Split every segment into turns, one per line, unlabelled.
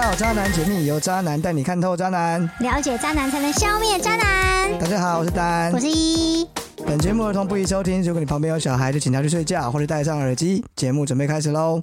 好，渣男解密由渣男带你看透渣男。
了解渣男才能消灭渣男。
大家好，我是丹
我。是一，
本节目儿童不宜收听，如果你旁边有小孩，就请他去睡觉或者戴上耳机。节目准备开始喽。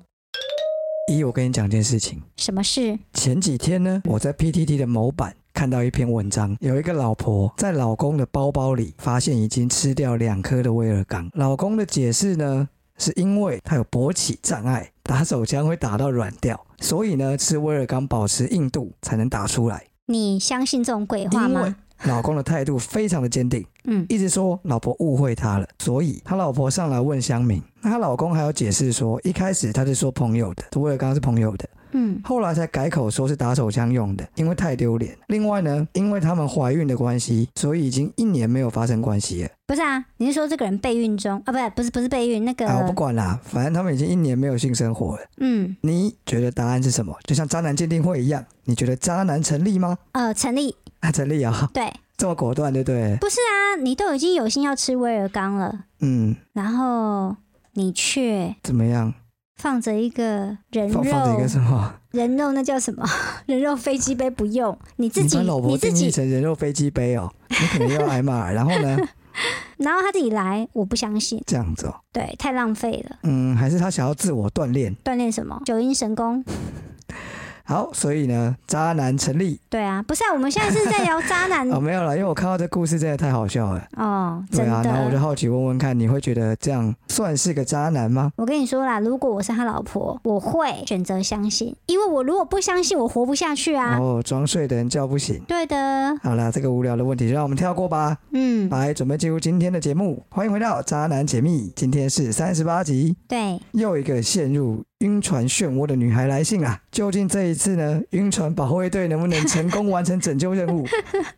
一，我跟你讲件事情。
什么事？
前几天呢，我在 PTT 的某版看到一篇文章，有一个老婆在老公的包包里发现已经吃掉两颗的威尔刚。老公的解释呢，是因为他有勃起障碍，打手枪会打到软掉，所以呢吃威尔刚保持硬度才能打出来。
你相信这种鬼话
因为
吗？
老公的态度非常的坚定，
嗯，
一直说老婆误会他了，所以他老婆上来问乡民，那他老公还要解释说，一开始他是说朋友的，威尔刚是朋友的，
嗯，
后来才改口说是打手枪用的，因为太丢脸。另外呢，因为他们怀孕的关系，所以已经一年没有发生关系了。
不是啊，你是说这个人备孕中啊？不是，不是，不是备孕，那个，
啊，我不管啦，反正他们已经一年没有性生活了。
嗯，
你觉得答案是什么？就像渣男鉴定会一样，你觉得渣男成立吗？
呃，成立，
啊，成立啊，
对，
这么果断，对不对？
不是啊，你都已经有心要吃威尔刚了，
嗯，
然后你却
怎么样？
放着一个人
放放着一
肉
个，什么？
人肉那叫什么？ 人肉飞机杯不用，你自
你
己，
把老
你
婆
自
定义
己，
成人肉飞机杯哦，你可能要挨骂。然后 呢，
然后他自己来，我不相信，
这样子哦，
对，太浪费了，
嗯，还是他想要自我锻炼。
锻炼什么？九阴神功。
好，所以呢，渣男成立。
对啊，不是啊，我们现在是在聊渣 男
哦，没有了，因为我看到这故事真的太好笑了。
哦，
对
嗯真
啊，然后我就
的。
好奇问问看，你会觉得这样算是个渣男吗？
我跟你说啦，如果我是他老婆，我会选择相信，因为我如果不相信，我活不下去啊。
哦，装睡的人叫不醒。
对的，
好啦，这个无聊的问题就让我们跳过吧。
嗯，
来，准备进入今天的节目，欢迎回到《渣男解密》，今天是三十八集，
对，
又一个陷入晕船漩涡的女孩来信啦。究竟这一次呢，晕船保卫队能不能成功完成拯救任 务？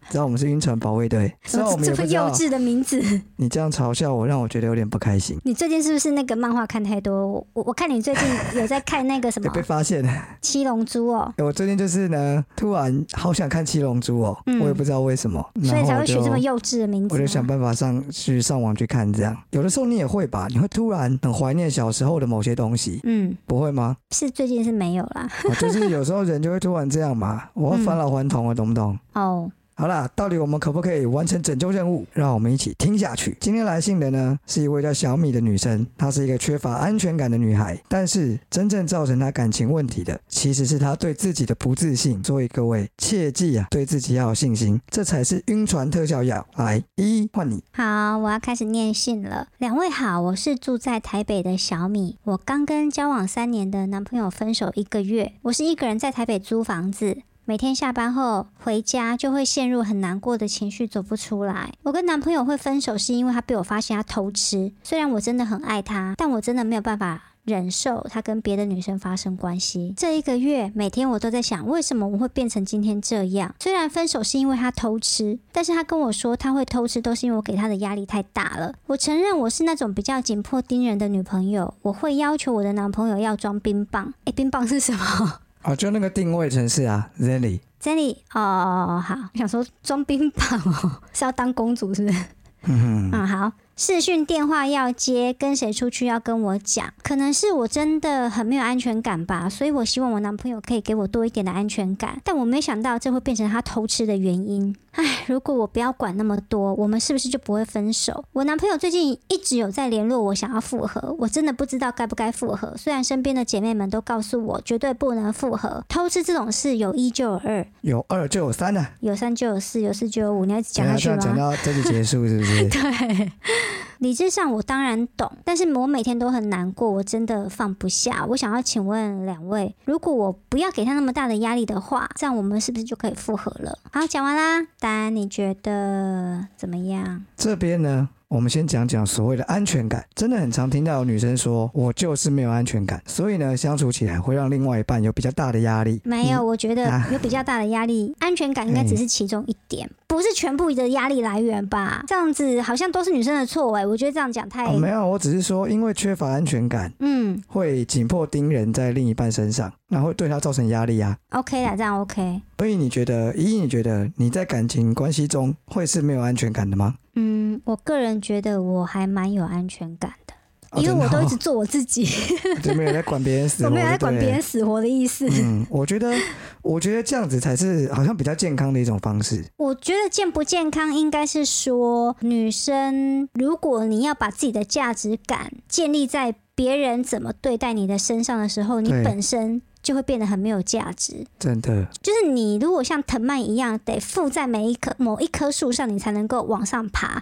知道我们是晕船保卫队，虽然我们也
这
不
么
知
幼
道
稚的名字，
你这样嘲笑我，让我觉得有点不开心。
你最近是不是那个漫画看太多？我我我看你最近有在看那个什么
也 被
《
发现了。哎
七龙珠》哦，
欸我最近就是呢，突然好想看《七龙珠》哦，
嗯
我也不知道为什么，
所以
然后
才
我
会取
就
这么幼稚的名字
我就想
吗。
办法上去上网去看，这样有的时候你也会吧，你会突然很怀念小时候的某些东西，
嗯，
不会吗？
是最近是没有啦。
哦就是有时候人就会突然这样嘛，我
嗯
要返老还童了，懂不懂？
哦，
好啦，到底我们可不可以完成拯救任务？让我们一起听下去。今天来信的呢，是一位叫小米的女生，她是一个缺乏安全感的女孩。但是真正造成她感情问题的，其实是她对自己的不自信。所以各位切记啊，对自己要有信心，这才是晕船特效药。来，一换你，
好，我要开始念信了。两位好，我是住在台北的小米。我刚跟交往三年的男朋友分手一个月，我是一个人在台北租房子。每天下班后回家就会陷入很难过的情绪，走不出来。我跟男朋友会分手，是因为他被我发现他偷吃。虽然我真的很爱他，但我真的没有办法忍受他跟别的女生发生关系。这一个月，每天我都在想，为什么我会变成今天这样？虽然分手是因为他偷吃，但是他跟我说他会偷吃，都是因为我给他的压力太大了。我承认我是那种比较紧迫盯人的女朋友，我会要求我的男朋友要装冰棒。诶，冰棒是什么
哦，就那个定位城市啊，Zelly，
？Jenny，哦，好，我想说装冰棒哦，是要当公主是不是？
嗯哼，
嗯，好。视讯电话要接，跟谁出去要跟我讲，可能是我真的很没有安全感吧，所以我希望我男朋友可以给我多一点的安全感。但我没想到这会变成他偷吃的原因。唉，如果我不要管那么多，我们是不是就不会分手？我男朋友最近一直有在联络我，想要复合，我真的不知道该不该复合。虽然身边的姐妹们都告诉我绝对不能复合，偷吃这种事有一就有二，
有二就有三啊。
有三就有四，有四就有五，你要一直讲
等
下
一下
去
这
吗？
样讲到这里结束是不是？
对， 理智上我当然懂，但是我每天都很难过，我真的放不下。我想要请问两位，如果我不要给他那么大的压力的话，这样我们是不是就可以复合了？好，讲完啦，丹，你觉得怎么样？
这边呢，我们先讲讲所谓的安全感，真的很常听到有女生说：“我就是没有安全感。”所以呢，相处起来会让另外一半有比较大的压力。
没有，我觉得
啊
有比较大的压力，安全感应该只是其中一点，不是全部的压力来源吧？这样子好像都是女生的错哎、我觉得这样讲
你、
太……
哦、没有，我只是说，因为缺乏安全感，
嗯
会紧迫盯人在另一半身上，然后对他造成压力啊。
，OK 啦，这样 OK。
所以你觉得，依依，你觉得你在感情关系中会是没有安全感的吗？
嗯，我个人觉得我还蛮有安全感的。
哦
因为我
真的
都
哦
一直做我自己，
就没有在管别人死活，
我没有在管
对
别人死活的意思。
嗯，我觉得，我觉得这样子才是好像比较健康的一种方式。
我觉得健不健康应该是说，女生如果你要把自己的价值感建立在别人怎么对待你的身上的时候，你
对
本身就会变得很没有价值。
真的，
就是你如果像藤蔓一样，得附在每一棵某一棵树上，你才能够往上爬。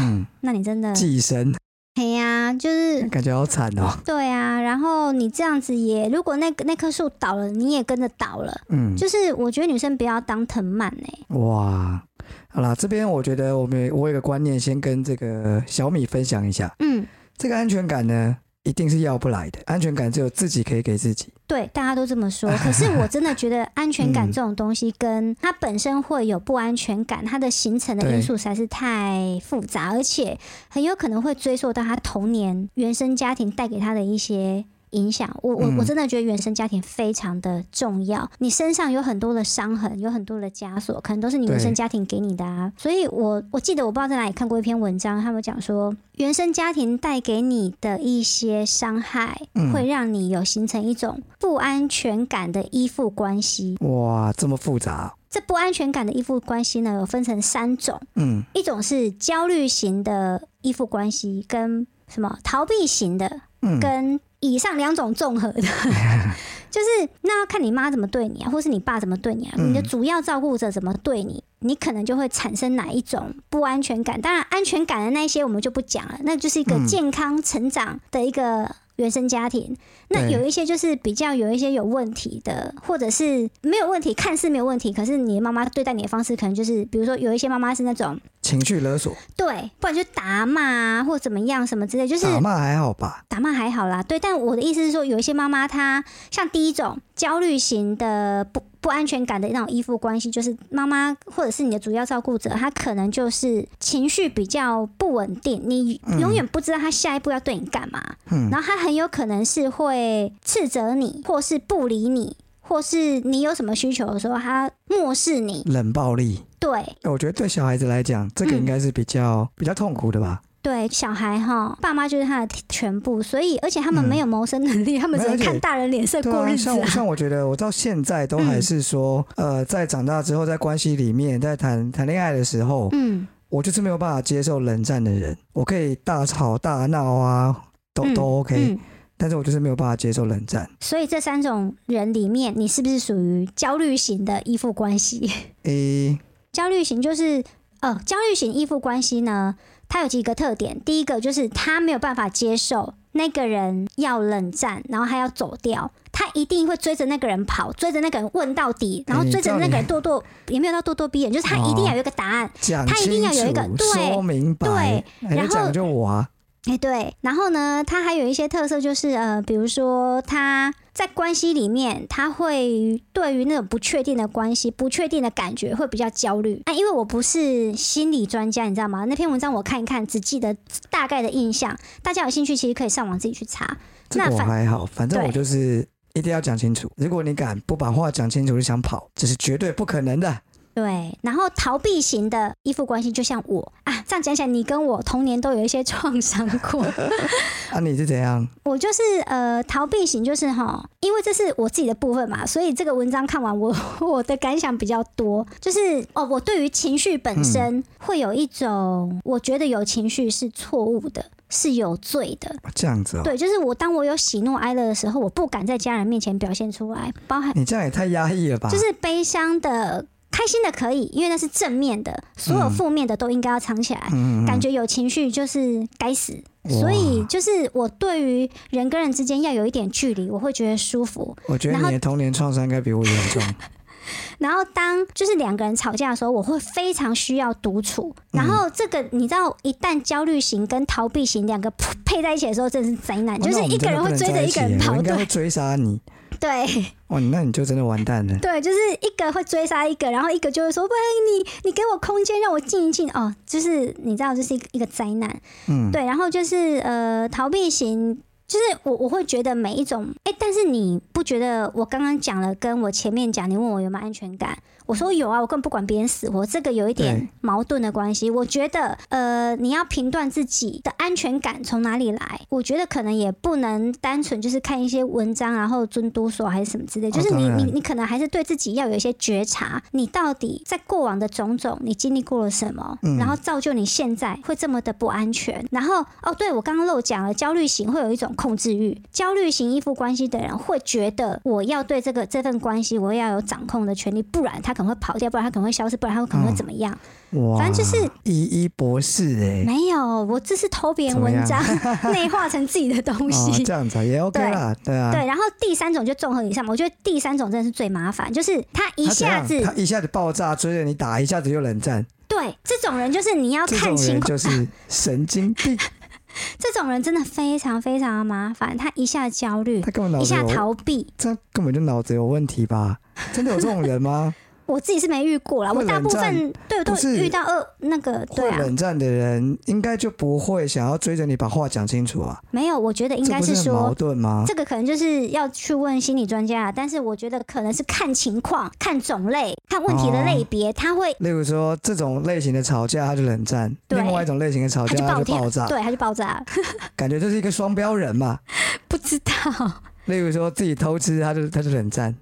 嗯，
那你真的，
寄生
哎呀，就是
感觉好惨哦。
对啊。然后你这样子也，如果那个那棵树倒了，你也跟着倒了。
嗯，
就是我觉得女生不要当藤蔓哎、
哇，好啦，这边我觉得我们有我有个观念，先跟这个小米分享一下。
嗯，
这个安全感呢，一定是要不来的，安全感只有自己可以给自己。
对，大家都这 么说。可是我真的觉得安全感
嗯
这种东西，跟它本身会有不安全感，它的形成的
对
因素实在是太复杂，而且很有可能会追溯到他童年原生家庭带给他的一些。影响我我
嗯
我真的觉得原生家庭非常的重要，你身上有很多的伤痕，有很多的枷锁，可能都是你原
对
生家庭给你的啊。所以我我记得我不知道在哪里看过一篇文章，他们讲说原生家庭带给你的一些伤害，
嗯
会让你有形成一种不安全感的依附关系。
哇，这么复杂哦、
这不安全感的依附关系呢，有分成三种，
嗯，
一种是焦虑型的依附关系，跟什么逃避型的，
嗯
跟以上两种综合的， 就是那要看你妈怎么对你啊，或是你爸怎么对你啊，
嗯
你的主要照顾者怎么对你，你可能就会产生哪一种不安全感。当然，安全感的那一些我们就不讲了，那就是一个
嗯
健康成长的一个。原生家庭，那
对
有一些就是比较有一些有问题的，或者是没有问题，看似没有问题，可是你的妈妈对待你的方式可能就是，比如说有一些妈妈是那种
情绪勒索，
对，不然就打骂啊，或怎么样什么之类，就是
打骂还好吧？
打骂还好啦，对，但我的意思是说，有一些妈妈她像第一种焦虑型的不不安全感的那种依附关系，就是妈妈或者是你的主要照顾者，她可能就是情绪比较不稳定，你永远不知道她下一步要对你干嘛，
嗯
然后她很有可能是会斥责你，或是不理你，或是你有什么需求的时候，她漠视你，
冷暴力，
对。
我觉得对小孩子来讲，这个应该是比
嗯
较、比较痛苦的吧？
对小孩哈，爸妈就是他的全部，所以而且他们没有谋生能力，他们只能
嗯没有而且
看大人脸色
对
过
啊，
日子、
像我像我觉得，我到现在都还是说，
嗯
呃，在长大之后，在关系里面，在谈谈恋爱的时候，
嗯，
我就是没有办法接受冷战的人。我可以大吵大闹啊，都、
嗯
都 OK，、
嗯
但是我就是没有办法接受冷战。
所以这三种人里面，你是不是属于焦虑型的依附关系？
诶、
焦虑型就是，呃，焦虑型依附关系呢，它有几个特点。第一个就是他没有办法接受那个人要冷战，然后他要走掉，他一定会追着那个人跑，追着那个人问到底，然后追着那个人咄咄，也没有到咄咄逼人，就是他一
哦
定要有一个答案。
讲
他一定
清
要有一个
楚，
对
说明白，哎
然后
你讲就我啊，
哎、对，然后呢，他还有一些特色，就是呃，比如说他在关系里面，他会对于那种不确定的关系、不确定的感觉会比较焦虑。啊，因为我不是心理专家，你知道吗？那篇文章我看一看，只记得大概的印象。大家有兴趣，其实可以上网自己去查。
这个
那
我
反
还好，反正
对
我就是一定要讲清楚。如果你敢不把话讲清楚就想跑，这是绝对不可能的。
对，然后逃避型的依附关系，就像我啊，这样讲起来，你跟我童年都有一些创伤过。
啊，你是怎样？
我就是呃逃避型，就是哈，因为这是我自己的部分嘛，所以这个文章看完我 我的感想比较多，就是哦，我对于情绪本
嗯
身会有一种，我觉得有情绪是错误的，是有罪的。
这样子哦、
对，就是我当我有喜怒哀乐的时候，我不敢在家人面前表现出来，包含
你这样也太压抑了吧？
就是悲伤的、开心的可以，因为那是正面的，所有
嗯
负面的都应该要藏起来。
嗯，嗯，嗯
感觉有情绪就是该死，
哇
所以就是我对于人跟人之间要有一点距离，我会觉得舒服。
我觉得
然后
你的童年创伤应该比我严重。
然后当就是两个人吵架的时候，我会非常需要独处。然后
嗯
这个你知道，一旦焦虑型跟逃避型两个配在一起的时候，真是灾难， 就是
哦哇那我们
一个
真的不能在一
人会追着一
起
个
耶
人跑，
我应该会
对
追杀你。
对。
哇，那你就真的完蛋了。
对，就是一个会追杀一个，然后一个就会说：“喂，你你给我空间，让我静一静。”哦，就是你知道，这是一个一个灾难。
嗯，
对，然后就是呃，逃避型就是我我会觉得每一种，哎、但是你不觉得我刚刚讲了，跟我前面讲，你问我有没有安全感，我说有啊，我根本不管别人死活，这个有一点
对
矛盾的关系。我觉得，呃，你要评断自己的安全感从哪里来，我觉得可能也不能单纯就是看一些文章，然后尊嘟说还是什么之类，就是
哦
你、
当然
你你可能还是对自己要有一些觉察，你到底在过往的种种，你经历过了什么，
嗯
然后造就你现在会这么的不安全。然后哦，对我刚刚漏讲了，焦虑型会有一种控制欲，焦虑型依附关系的人会觉得我要对这个这份关系我要有掌控的权利，不然他可能会跑掉，不然他可能会消失，不然他可能会怎么样？
哇，
反正就是
依依博士哎、
没有，我这是偷别人
怎么
文
样
章内化成自己的东
哦，
西。
这样子啊也 OK 啦，对啊，
对，然后第三种就综合以上嘛，我觉得第三种真的是最麻烦，就是他一
他怎
下
样
子
他一下子爆炸追着你打，一下子又冷战，
对，这种人就是你要
这
看
种
情
人
况，
就是神经 病，
这种人真的非常非常的麻烦，他一下焦虑
他，根本脑
一
子
下
有，
逃避。
这根本就脑子有问题吧？真的有这种人吗？
我自己是没遇过啦，
会
我大
冷
部
战
分对都
不是
遇到二那个 对
会
啊，
冷战的人应该就不会想要追着你把话讲清楚啊，
没有，我觉得应
这
该
不
是
很矛
说。
盾吗？
这个可能就是要去问心理专家啦，但是我觉得可能是看情况、看种类、看问题的
哦
类别，他会
例如说这种类型的吵架，他就冷战；
对
另外一种类型的吵
他
架，
就
他
爆
就
掉，
爆炸。
对，他就爆炸了，
感觉就是一个双标人嘛。
不知道。
例如说自己偷吃，他就他就冷 战；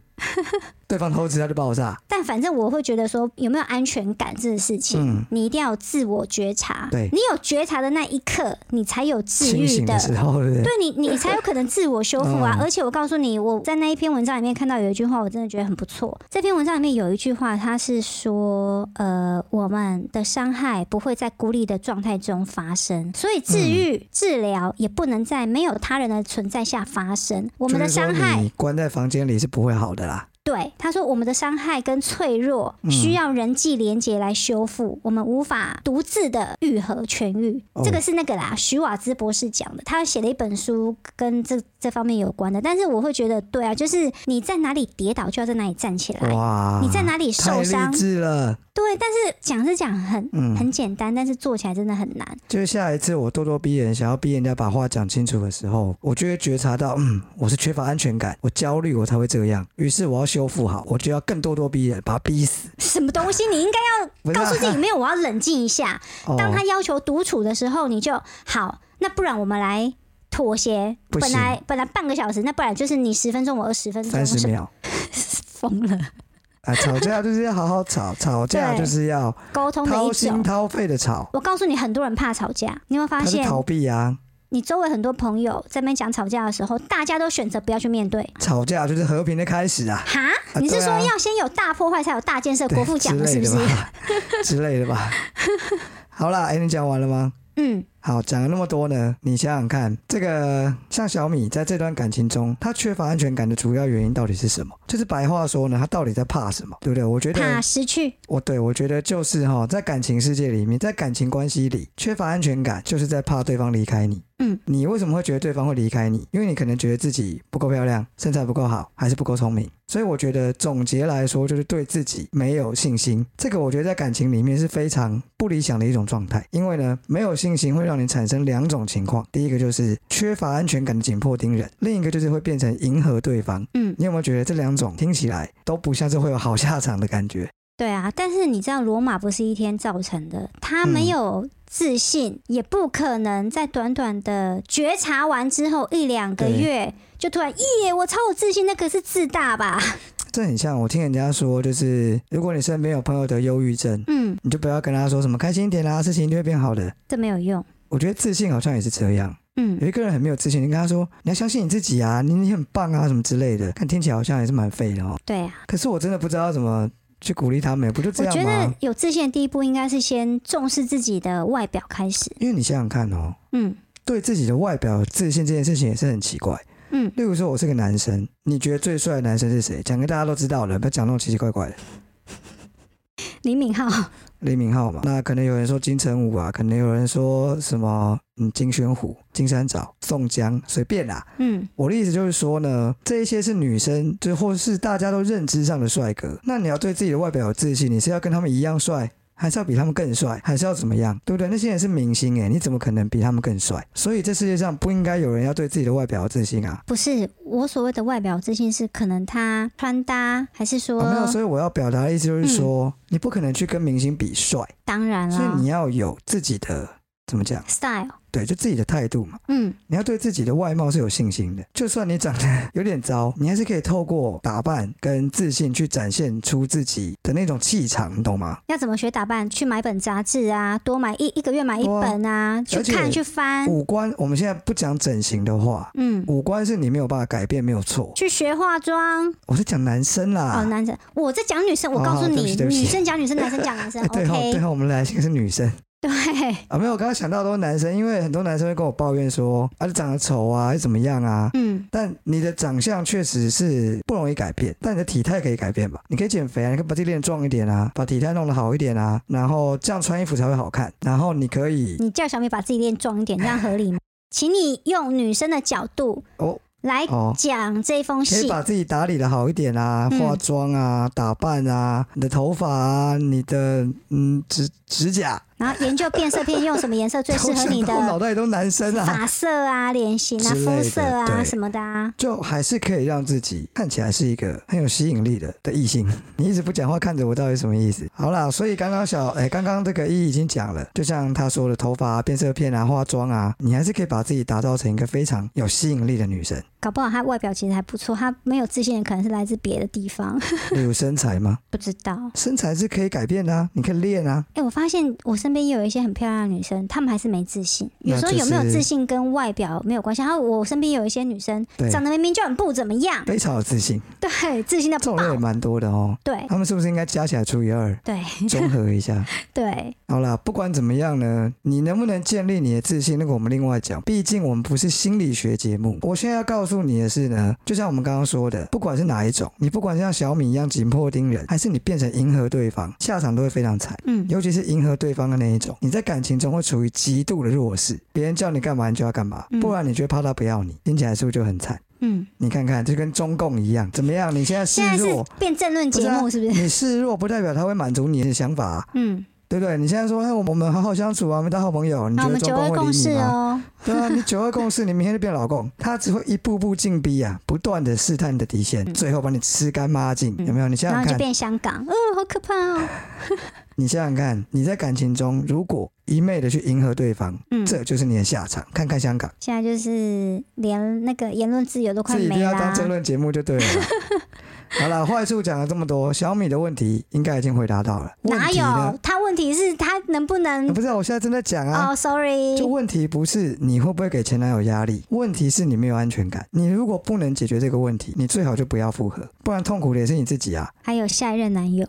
对方偷吃，他就爆炸。
但反正我会觉得说，有没有安全感这个事情，
嗯
你一定要有自我觉察。
对
你有觉察的那一刻，你才有治
清
愈
醒的时候，对不对？
对你，你才有可能自我修复啊！
嗯
而且我告诉你，我在那一篇文章里面看到有一句话，我真的觉得很不错。这篇文章里面有一句话，它是说，呃，我们的伤害不会在孤立的状态中发生，所以治愈、
嗯
治疗也不能在没有他人的存在下发生。我们的伤
就是
害
说你关在房间里是不会好的啦。
对，他说我们的伤害跟脆弱
嗯
需要人际连结来修复，我们无法独自的愈合痊愈。
哦
这个是那个啦，徐瓦兹博士讲的，他写了一本书跟这这方面有关的。但是我会觉得，对啊，就是你在哪里跌倒，就要在哪里站起来。
哇，
你在哪里
太
受伤
励？志了。
对，但是讲是讲很
嗯，
很简单，但是做起来真的很难。
就是下一次我咄咄逼人，想要逼人家把话讲清楚的时候，我就会觉察到，嗯，我是缺乏安全感，我焦虑，我才会这样。于是我要修复好，我就要更咄咄逼人，把他逼死。
什么东西？你应该
不
要
是啊
告诉自己， 没有，我要冷静一下。
哦
当他要求独处的时候，你就好，那不然我们来妥协。
不
本
行
来本来半个小时，那不然就是你十分钟，我二十分钟，
三
我
十
是
秒
疯了。
啊，吵架就是要好好吵，吵架
对
就是要
沟通的
掏
一
心
种。
掏肺的吵，
我告诉你，很多人怕吵架，你有没有发
他是
现？
逃避啊。
你周围很多朋友在那边讲吵架的时候，大家都选择不要去面对。
吵架就是和平的开始 啊，
哈，
啊
你是
对啊
说要先有大破坏才有大建设？
对
国父讲
之
的是
类
不
的
是？
吧， 之类的 吧。好啦，哎、你讲完了吗？
嗯，
好，讲了那么多呢，你想想看，这个像小米在这段感情中，他缺乏安全感的主要原因到底是什么？就是白话说呢，他到底在怕什么，对不对？我觉
怕
得，
失去，
我对我觉得就是哈，在感情世界里面，在感情关系里，缺乏安全感就是在怕对方离开你。
嗯，
你为什么会觉得对方会离开你？因为你可能觉得自己不够漂亮，身材不够好，还是不够聪明。所以我觉得总结来说，就是对自己没有信心。这个我觉得在感情里面是非常不理想的一种状态，因为呢，没有信心会让你产生两种情况：第一个就是缺乏安全感的紧迫盯人，另一个就是会变成迎合对方。
嗯，
你有没有觉得这两种听起来都不像是会有好下场的感觉？
对啊，但是你知道，罗马不是一天造成的，他
嗯
没有自信，也不可能在短短的觉察完之后一两个
对
月就突然耶，我超有自信，那个是自大吧？
这很像我听人家说，就是如果你身边有朋友得忧郁症，
嗯，
你就不要跟他说什么开心一点啊啦，事情就会变好的。
这没有用。
我觉得自信好像也是这样，
嗯
有，一个人很没有自信，你跟他说你要相信你自己啊，你你很棒啊什么之类的，看听起来好像也是蛮废的哦。
对啊，
可是我真的不知道怎么去鼓励他们，不就这
我觉
样
得
吗？
有自信的第一步应该是先重视自己的外表开始。
因为你想想看哦，
嗯
对自己的外表有自信这件事情也是很奇怪。
嗯，
例如说，我是个男生，你觉得最帅的男生是谁？讲给大家都知道了，不要讲那种奇奇怪怪的。
李敏镐，
李敏镐嘛，那可能有人说金城武啊，可能有人说什么嗯金宣虎、金山找、宋江，随便啦、
嗯，
我的意思就是说呢，这一些是女生，就或是大家都认知上的帅哥。那你要对自己的外表有自信，你是要跟他们一样帅，还是要比他们更帅，还是要怎么样，对不对？那些人是明星欸诶，你怎么可能比他们更帅？所以这世界上不应该有人要对自己的外表有自信啊。
不是我所谓的外表自信，是可能他穿搭，还是说、
啊没有，所以我要表达的意思就是说，你不可能去跟明星比帅，
当然
所以
啦
你要有自己的怎么讲？
，style，
对，就自己的态度嘛。
嗯，
你要对自己的外貌是有信心的，就算你长得有点糟，你还是可以透过打扮跟自信去展现出自己的那种气场，你懂吗？
要怎么学打扮？去买本杂志啊，多买一一个月买一
对啊
本啊，去
而且
看去翻，
五官，我们现在不讲整形的话，
嗯，
五官是你没有办法改变，没有错。
去学化妆。
我是讲男生啦
哦，，男生，我在讲女生，我
啊哦
告
好
诉
对不
你，
起对不起
女生讲女生，男生讲男生
哎 对哦，对
，OK，
哦，我们来信的是女生
对，
啊，没有，我刚刚想到都是男生，因为很多男生会跟我抱怨说，啊，你长得丑啊，又怎么样啊。
嗯，
但你的长相确实是不容易改变，但你的体态可以改变吧？你可以减肥啊，你可以把自己练壮一点啊，把体态弄得好一点啊，然后这样穿衣服才会好看。然后你可以，
你叫小米把自己练壮一点，这样合 理吗？请你用女生的角度
哦
来
哦，
讲这封
可以
信，
把自己打理的好一点啊，
嗯
化妆啊，打扮啊，你的头发啊，你的嗯指指甲，
然后研究变色片用什么颜色最
都
适合
想
你
到我脑
的
袋里都男生啊，
发色啊、脸型啊、
之类的
肤色啊
对
什么的啊。
就还是可以让自己看起来是一个很有吸引力的的异性。 你一直不讲话，看着我到底是什么意思？好啦，所以刚刚小哎，刚刚这个一已经讲了，就像他说的，头发、啊、变色片啊、化妆啊，你还是可以把自己打造成一个非常有吸引力的女生，
搞不好她外表其实还不错，她没有自信的可能是来自别的地方，
例如身材吗？
不知道。
身材是可以改变的、啊，你可以练啊。
哎、我发现我身边也有一些很漂亮的女生，她们还是没自信。
那
有时候有没有
就是
自信跟外表没有关系。然后我身边有一些女生
对
长得明明就很不怎么样，
非常有自信，
对，自信到
这种
爆，
人也蛮多的哦。
对
他们是不是应该加起来除以二，
对
综合一下？
对，
好啦，不管怎么样呢，你能不能建立你的自信，那个我们另外讲。毕竟我们不是心理学节目。我现在要告诉你的是呢，就像我们刚刚说的，不管是哪一种，你不管像小米一样紧迫盯人，还是你变成迎合对方，下场都会非常惨。
嗯，
尤其是迎合对方的那一种，你在感情中会处于极度的弱势，别人叫你干嘛你就要干嘛，
嗯
不然你就会怕他不要你，听起来是不是就很惨？
嗯，
你看看，就跟中共一样，怎么样？你现在示
现在是
弱，
变政论节目是不是？
你示弱不代表他会满足你的想法、啊，
嗯，
对不对？你现在说，哎，我们我们好好相处啊，我们当好朋友，你
那
觉
我
得
们
中
九二
共会
共
理
识
你吗？
哦，
对啊，你九二共识，你明天就变老公，他只会一步步进逼啊，不断的试探你的底线，
嗯
最后把你吃干抹净，
嗯
有没有？你想想
然后就
看，
变香港，哦，好可 怕哦，
你想想看，你在感情中如果一昧的去迎合对方，
嗯，
这就是你的下场。看看香港，
现在就是连那个言论自由都快
这一定
没
要
啦
当，争论节目就 对了啦。好了，坏处讲了这么多，小米的问题应该已经回答到了。问
哪
题呢
有？？他问题是他能不能
啊不？是啊，我现在正在讲啊。
哦，sorry，
就问题不是你会不会给前男友压力，问题是你没有安全感。你如果不能解决这个问题，你最好就不要复合，不然痛苦的也是你自己啊，
还有下一任男友，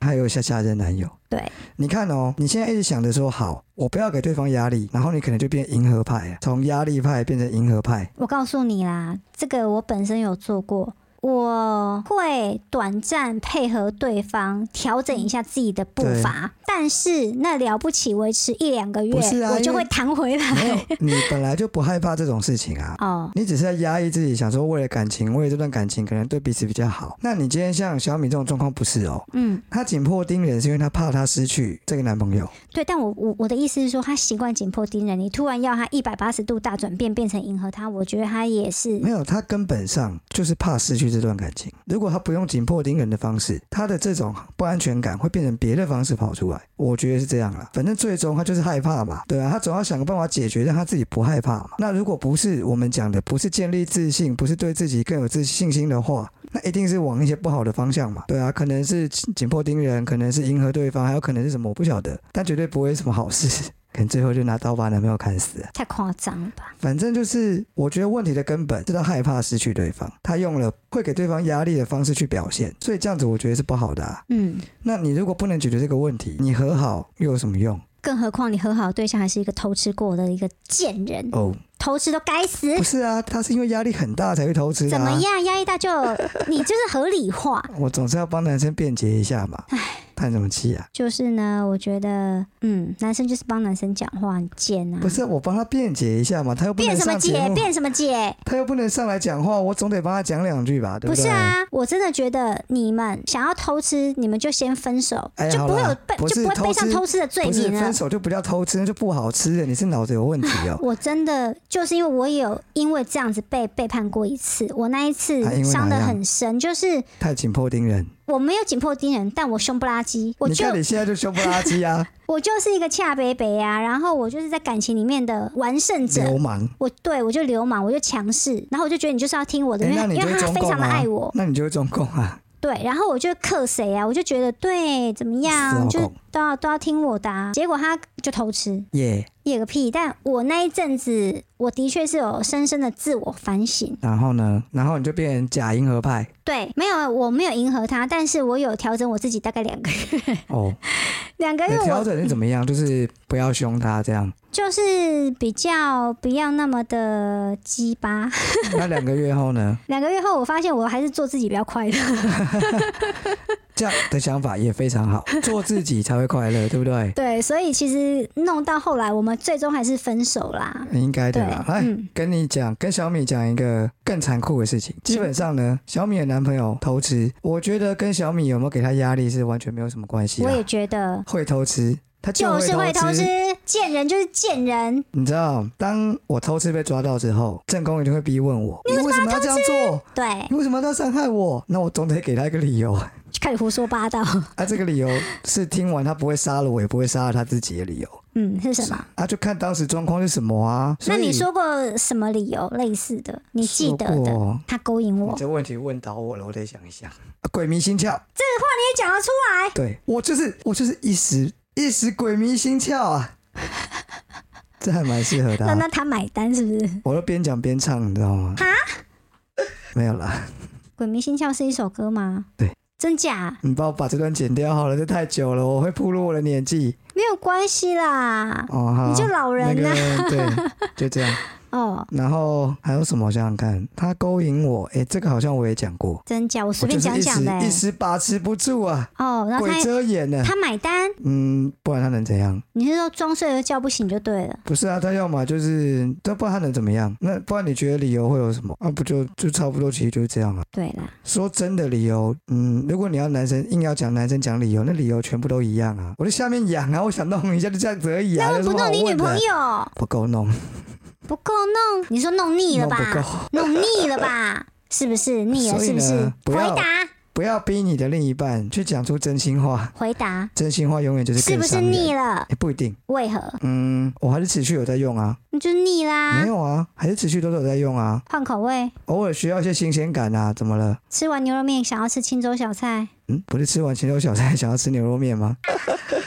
还有下下任男友。
对，
你看哦，你现在一直想着说好，我不要给对方压力，然后你可能就变迎合派啊，从压力派变成迎合 派。
我告诉你啦，这个我本身有做过，我会短暂配合对方调整一下自己的步伐，但是那了不起维持一两个月
不是，啊
我就
因为
会弹回
没有
来。，
你本来就不害怕这种事情啊。
哦，
你只是在压抑自己，想说为了感情，为了这段感情可能对彼此比较好。那你今天像小米这种状况不是哦，
嗯，
她紧迫盯人是因为她怕她失去这个男朋友。
对，但我我我的意思是说，他习惯紧迫盯人，你突然要他一百八十度大转变变成迎合他，我觉得他也是
没有，他根本上就是怕失去这段感情。如果他不用紧迫盯人的方式，他的这种不安全感会变成别的方式跑出来。我觉得是这样啦，反正最终他就是害怕嘛，对啊，他总要想个办法解决，让他自己不害怕嘛。那如果不是我们讲的，不是建立自信，不是对自己更有自信心的话，那一定是往一些不好的方向嘛。对啊，可能是紧紧迫盯人，可能是迎合对方，还有可能是什么我不晓得，但绝对不会什么好事。 可能最后就拿刀把男朋友砍死了。
太夸张了吧？
反正就是，我觉得问题的根本是他害怕失去对方，他用了会给对方压力的方式去表现，所以这样子我觉得是不好的、啊。
嗯，
那你如果不能解决这个问题，你和好又有什么用？
更何况你和好的对象还是一个偷吃过的一个贱人，
哦，
偷吃都该死。
不是啊，他是因为压力很大才会偷吃的、
怎
啊。
么样？压力大就你就是合理化，
我总是要帮男生辩解一下嘛。叹什么气啊？
就是呢，我觉得，嗯，男生就是帮男生讲话很贱啊
不，是，我帮他辩解一下嘛，他又不
变
能
什么
上节
姐，
目，
变什么姐。
他又不能上来讲话，我总得帮他讲两句吧，对
不
对？
是啊，我真的觉得你们想要偷吃，你们就先分手，
哎
就不会
好
有
啦
被
不
就是不会背上
偷吃
偷吃的罪
不是
名了。
分。手就不叫偷吃，那就不好吃的。你是脑子有问题哦
我真的就是因为我也有因为这样子被背叛过一次，我那一次
啊因为哪
伤得
样
很深，就是
太紧迫盯人，
我没有紧迫盯人，但我凶不拉几，我
你
就
看你现在就凶不拉几 啊，
我就是一个恰北北啊，然后我就是在感情里面的完胜者
流。氓。
我对我就流氓，我就强势，然后我就觉得你就是要听我的，
哎
因
那
为
你
因
就
为
是
他
中
非
共
常的
啊
爱我，，
那你就是中共啊，
对，然后我就克谁啊，我就觉得对怎么
死
样，
老
就是
公
都要都要听我的、啊，结果他就偷吃，
耶、
也个屁！但我那一阵子，我的确是有深深的自我反省，
然后呢，然后你就变成假银河派
对，没有我没有迎合他，但是我有调整我自己，大概两个月，
哦。
两个
你
月
的调
哎我
整是怎么样？就是不要凶他这 样。
就是比较不要那么的鸡巴。
那两个月后呢，
两个月后，我发现我还是做自己比较快乐。
这样的想法也非常好，做自己才会快 乐，对不对？
对，所以其实弄到后来，我们最终还是分手啦。
应该
对
的啦。，来，
嗯，
跟你讲，跟小米讲一个更残酷的事情。基本上呢，小米的男朋友偷吃，我觉得跟小米有没有给他压力是完全没有什么关系
我
啦。
也觉得。
会偷吃，他
就是会
会
偷
偷
吃，贱人就是贱人。
你知道，当我偷吃被抓到之后，正宫一定会逼问我，你为什么要这样做？
对，
你为什么要伤害我？那我总得给他一个理由啊！
就开始胡说八道。
这个理由是听完他不会杀了我，也不会杀了他自己的理由
嗯，是什么？
啊，就看当时状况是什么啊。所
那
以
你说过什么理由类似的？你记得
说
的？
过嗯
他勾引我，
你
你
这问题问倒我了，我得想一想。啊鬼迷心窍，
也讲得出来？
对我就是我就是一时一时鬼迷心窍啊， 这还蛮适合的、
那
啊。
那他买单是不是？《
我都边讲边唱，你知道吗？没有啦，
鬼迷心窍》是一首歌吗？
对，
真假
你帮我把这段剪掉好了，这太久了，我会暴露我的年纪
没有关系啦，
哦。好，
你就老人啊呐、
那个对，就这样。
哦，
然后还有什么？我想想看，他勾引我，哎、这个好像我也讲过，
真假我
我
随便
就是
讲
一
讲
时
的、欸
一。时把持不住啊，
哦，然后
鬼
他
遮眼呢、
他买单，
嗯，不然他能怎样？
你是说装睡又叫不醒就对了。
不是啊，他要么就是，他不然他能怎么样？那不然你觉得理由会有什么？啊，不就就差不多，其实就是这样啊。
对啦，
说真的，理由，嗯，如果你要男生硬要讲男生讲理由，那理由全部都一样啊。我的下面痒啊，我想弄一下，就这样子而已啊。有
那为
什
哎不
么好
弄你女
问的
朋友
不够弄，
不够弄，你说弄腻了
弄
吧？
不够。
弄腻了吧？是不是腻
所
了？是
以
不
呢
是？
不
回
要
答，
不要逼你的另一半去讲出真心话，
回答，
真心话永远就是
是
更
不是
伤人哎
腻了？
也不一定。
为何？
嗯，我还是持续有在用啊，
那就腻啦
没。有啊，还是持续都有在用啊，
换口味，
偶尔需要一些新鲜感啊，怎么了？
吃完牛肉面想要吃青州小菜。
嗯，不是吃完青州小菜想要吃牛肉面吗？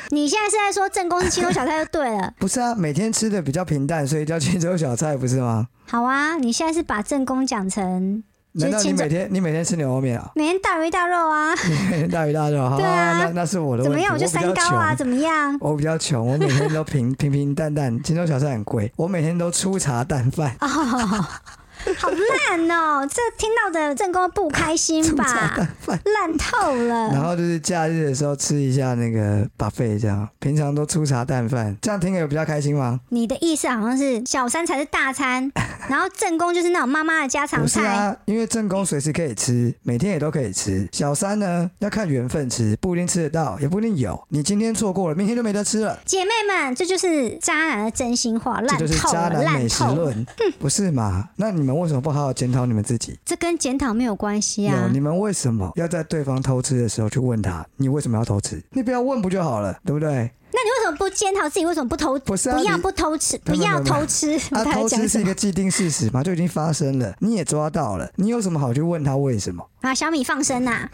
你现在是在说正宫是青州小菜就对了。
不是啊，每天吃的比较平淡，所以叫 青州小菜，不是吗？
好啊，你现在是把正宫讲成
难道
就是
你
青州
每天你每天吃牛肉面啊？
每天大鱼大肉啊，
每 天大鱼大肉，好好好
对啊
那那是我的
怎
问
么
题。
样？我就
比较
三高啊，
穷，
怎么样？
我比较穷，我每天都 平平平淡淡。青州小菜很贵，我每天都粗茶淡饭，
哦，好烂哦！这听到的正宫不开 心
粗茶
吧？
淡饭。
烂透
然
了。
后就是假日的时候吃一下那个 buffet，这样平常都粗茶淡饭，这样听着有比较开心吗？
你的意思好像是小三才是 大餐，然后正宫就是那种妈妈的家常
不是
菜。
啊，因为正宫随时可以吃，每天也都可以吃。小三呢，要看缘分吃，不一定吃得到，也不一定有。你今天错过了，明天就没得吃了。
姐妹们，这就是渣男的真心话，
这
烂
就是
透
渣
了，嗯
男
烂
美食
透了。
论，不是嘛？那你们为什么不好好检讨你们自己？
这跟检讨没有关系
有
啊
你。们为什么要在对方偷吃的时候去问他，你为什么要偷吃？你不要问不就好了，对不对？
那你为什么不检讨自己？为什么不偷？
不是啊，
不要
你
不偷吃，不
没有没
要
有
偷吃。
啊，
我在
偷
讲
吃
什
是一
么
个既定事实嘛，就已经发生了，你也抓到了，你有什么好去问他为什么？
啊？小米放生 呐、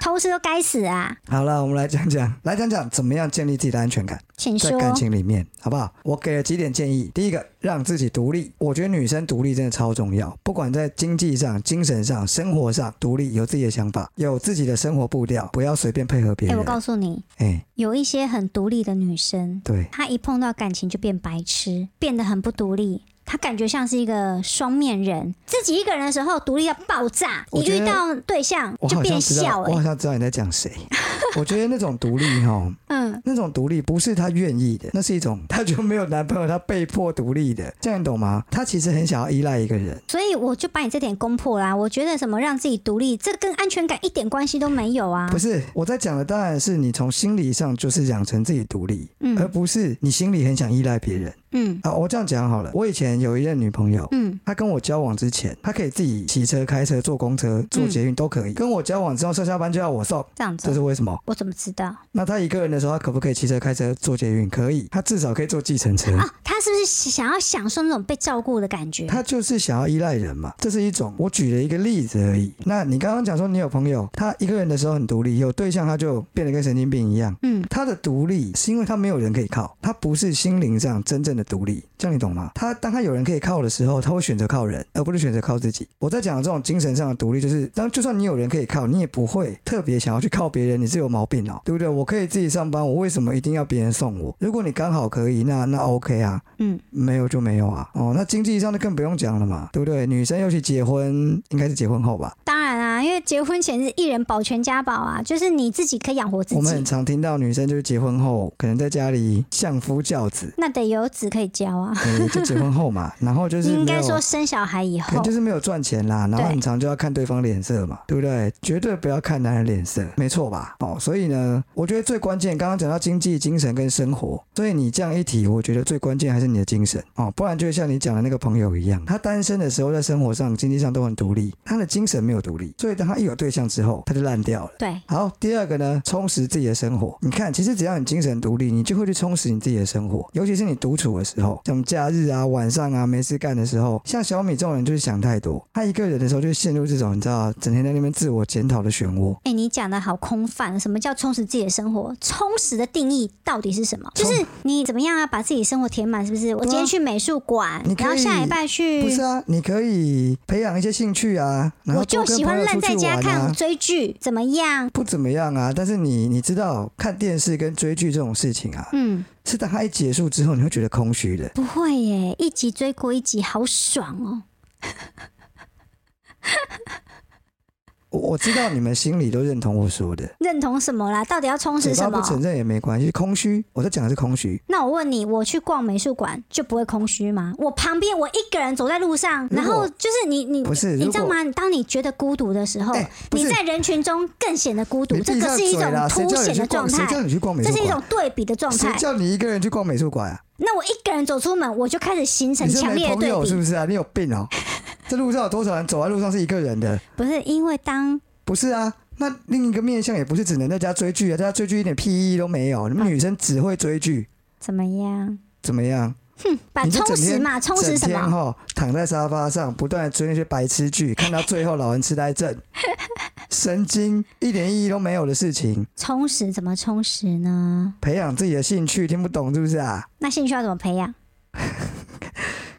偷吃都该死啊！
好了，我们来讲讲，来讲讲怎么样建立自己的安全感，
请
在
说。
感情里面，好不好？我给了几点建议。第一个，让自己独立。我觉得女生独立真的超重要，不管在经济上、精神上、生活上，独立有自己的想法，有自己的生活步调，不要随便配合别
哎、
人。
我告诉你，
哎
有一些很独立的女生，
对，
她一碰到感情就变白痴，变得很不独立。他感觉像是一个双面人，自己一个人的时候独立到爆炸，
我
一
觉得
遇到对象
我
就
好像
变欸
知道，
小
我
了、
好像知道你在讲谁。 我觉得那种独立哈，
嗯，
那种独立不是她愿意的，那是一种 她就没有男朋友，她被迫独立的，这样你懂吗？她其实很想要依赖一个人。
所以我就把你这点攻破啦。我觉得什么让自己独立，这跟安全感一点关系都没有啊
不。是我在讲的，当然是你从心理上就是养成自己独立，而
嗯
不是你心里很想依赖别人
嗯
啊。我这样讲好了，我以前有一任女朋友。
嗯
她跟我交往之前，她可以自己骑车、开车、坐公车、坐
嗯
捷运都可以。跟我交往之后，上下班就要我送，
这样
这
子，
是为什么？
我怎么知道啊？
那她一个人的时候，她可不可以骑车、开车、坐捷运？可以，她至少可以坐计程车。
啊他是不是想要享受那种被照顾的感觉？
他就是想要依赖人嘛，这是一种。我举了一个例子而已。那你刚刚讲说你有朋友，他一个人的时候很独立，有对象他就变得跟神经病一样。
嗯，
他的独立是因为他没有人可以靠，他不是心灵上真正的独立，这样你懂吗？他当他有人可以靠的时候，他会选择靠人，而不是选择靠自己。我在讲的这种精神上的独立，就是当就算你有人可以靠，你也不会特别想要去靠别人，你是有毛病哦，对不对？我可以自己上班，我为什么一定要别人送我？如果你刚好可以，那那 OK 啊，
嗯，
没有就没有啊。哦，那经济上就更不用讲了嘛，对不对？女生尤其结婚，应该是结婚后吧。
当然啊，因为结婚前是一人保全家保啊，就是你自己可以养活自
我们很
己，
常听到女生就是结婚后，可能在家里相夫教子，
那得有子可以交啊。
嗯就结婚后 嘛，然后就是
应
没
该
有
说生小孩以
可
后
能，就是没有赚钱啦，然后
对
很常就要看对方脸色嘛，对不对？绝对不要看男人脸色，没错吧？哦，所以呢，我觉得最关键，刚刚讲到经济、精神跟生活，所以你这样一提，我觉得最关键还是你的精神哦，不然就像你讲的那个朋友一样，他单身的时候在生活上、经济上都很独立，他的精神没有独立，所以当他一有对象之后，他就烂掉了。
对，
好，第二个呢，充实自己的生活。你看，其实只要你精神独立，你就会去充实你自己的生活，尤其是你独处的时候，像假日啊、晚上啊没事干的时候，像小米这种人就是想太多，他一个人的时候就陷入这种你知道，整天在那边自我检讨的漩涡。
哎、你讲的好空泛，什么叫充实自己的生活？充实的定义到底是什么？就是你怎么样啊，把自己生活填满，是不是？我今天去美术馆
啊你，可以
然后下礼拜
不是
去。
啊，你可以培养一些兴趣啊，然后
我
多
就
跟
喜
朋
欢
友
烂
出
在
去
家
玩啊
看。追剧，怎么样？
不怎么样啊，但是你你知道看电视跟追剧这种事情啊，
嗯，
是当它一结束之后，你会觉得空虚的。
不会耶，一集追过一集，好爽哦。
我我知道你们心里都认同我说的，
认同什么啦？到底要充
嘴
实
巴
什
不承
么？
认也没关系，空虚，我在讲的是空虚。
那我问你，我去逛美术馆就不会空虚吗？我旁边我一个人走在路上，
如果
然后就是你你
不是
你知
如
道
果
吗？当你觉得孤独的时候，
哎不
你
是
在人群中更显得孤独，
你
这
闭
个
上
是一
嘴
种
啦谁
凸
叫你
显
去
的状
逛谁叫
态，
你去逛美
这
术
是一种
馆？
对比的状
谁
态。
叫你一个人去逛美术馆啊？
那我一个人走出门，我就开始形成
你是
强烈
没
的
朋
对
友
比，
是不是啊？你有病 哦！这路上有多少人走在路上是一个人的？
不是因为当
不是啊？那另一个面向也不是只能在家追剧啊，在家追剧一点屁意义都没有。你们女生只会追剧，
怎么样？
怎么样？
把
你就
充
整
实
天
嘛，充
整
实什
天哦
么？
哈躺在沙发上，不断的追那些白痴剧，看到最后老人痴呆 症，神经一点意义都没有的事情，
充实怎么充实呢？
培养自己的兴趣，听不懂是不是啊？
那兴趣要怎么培养？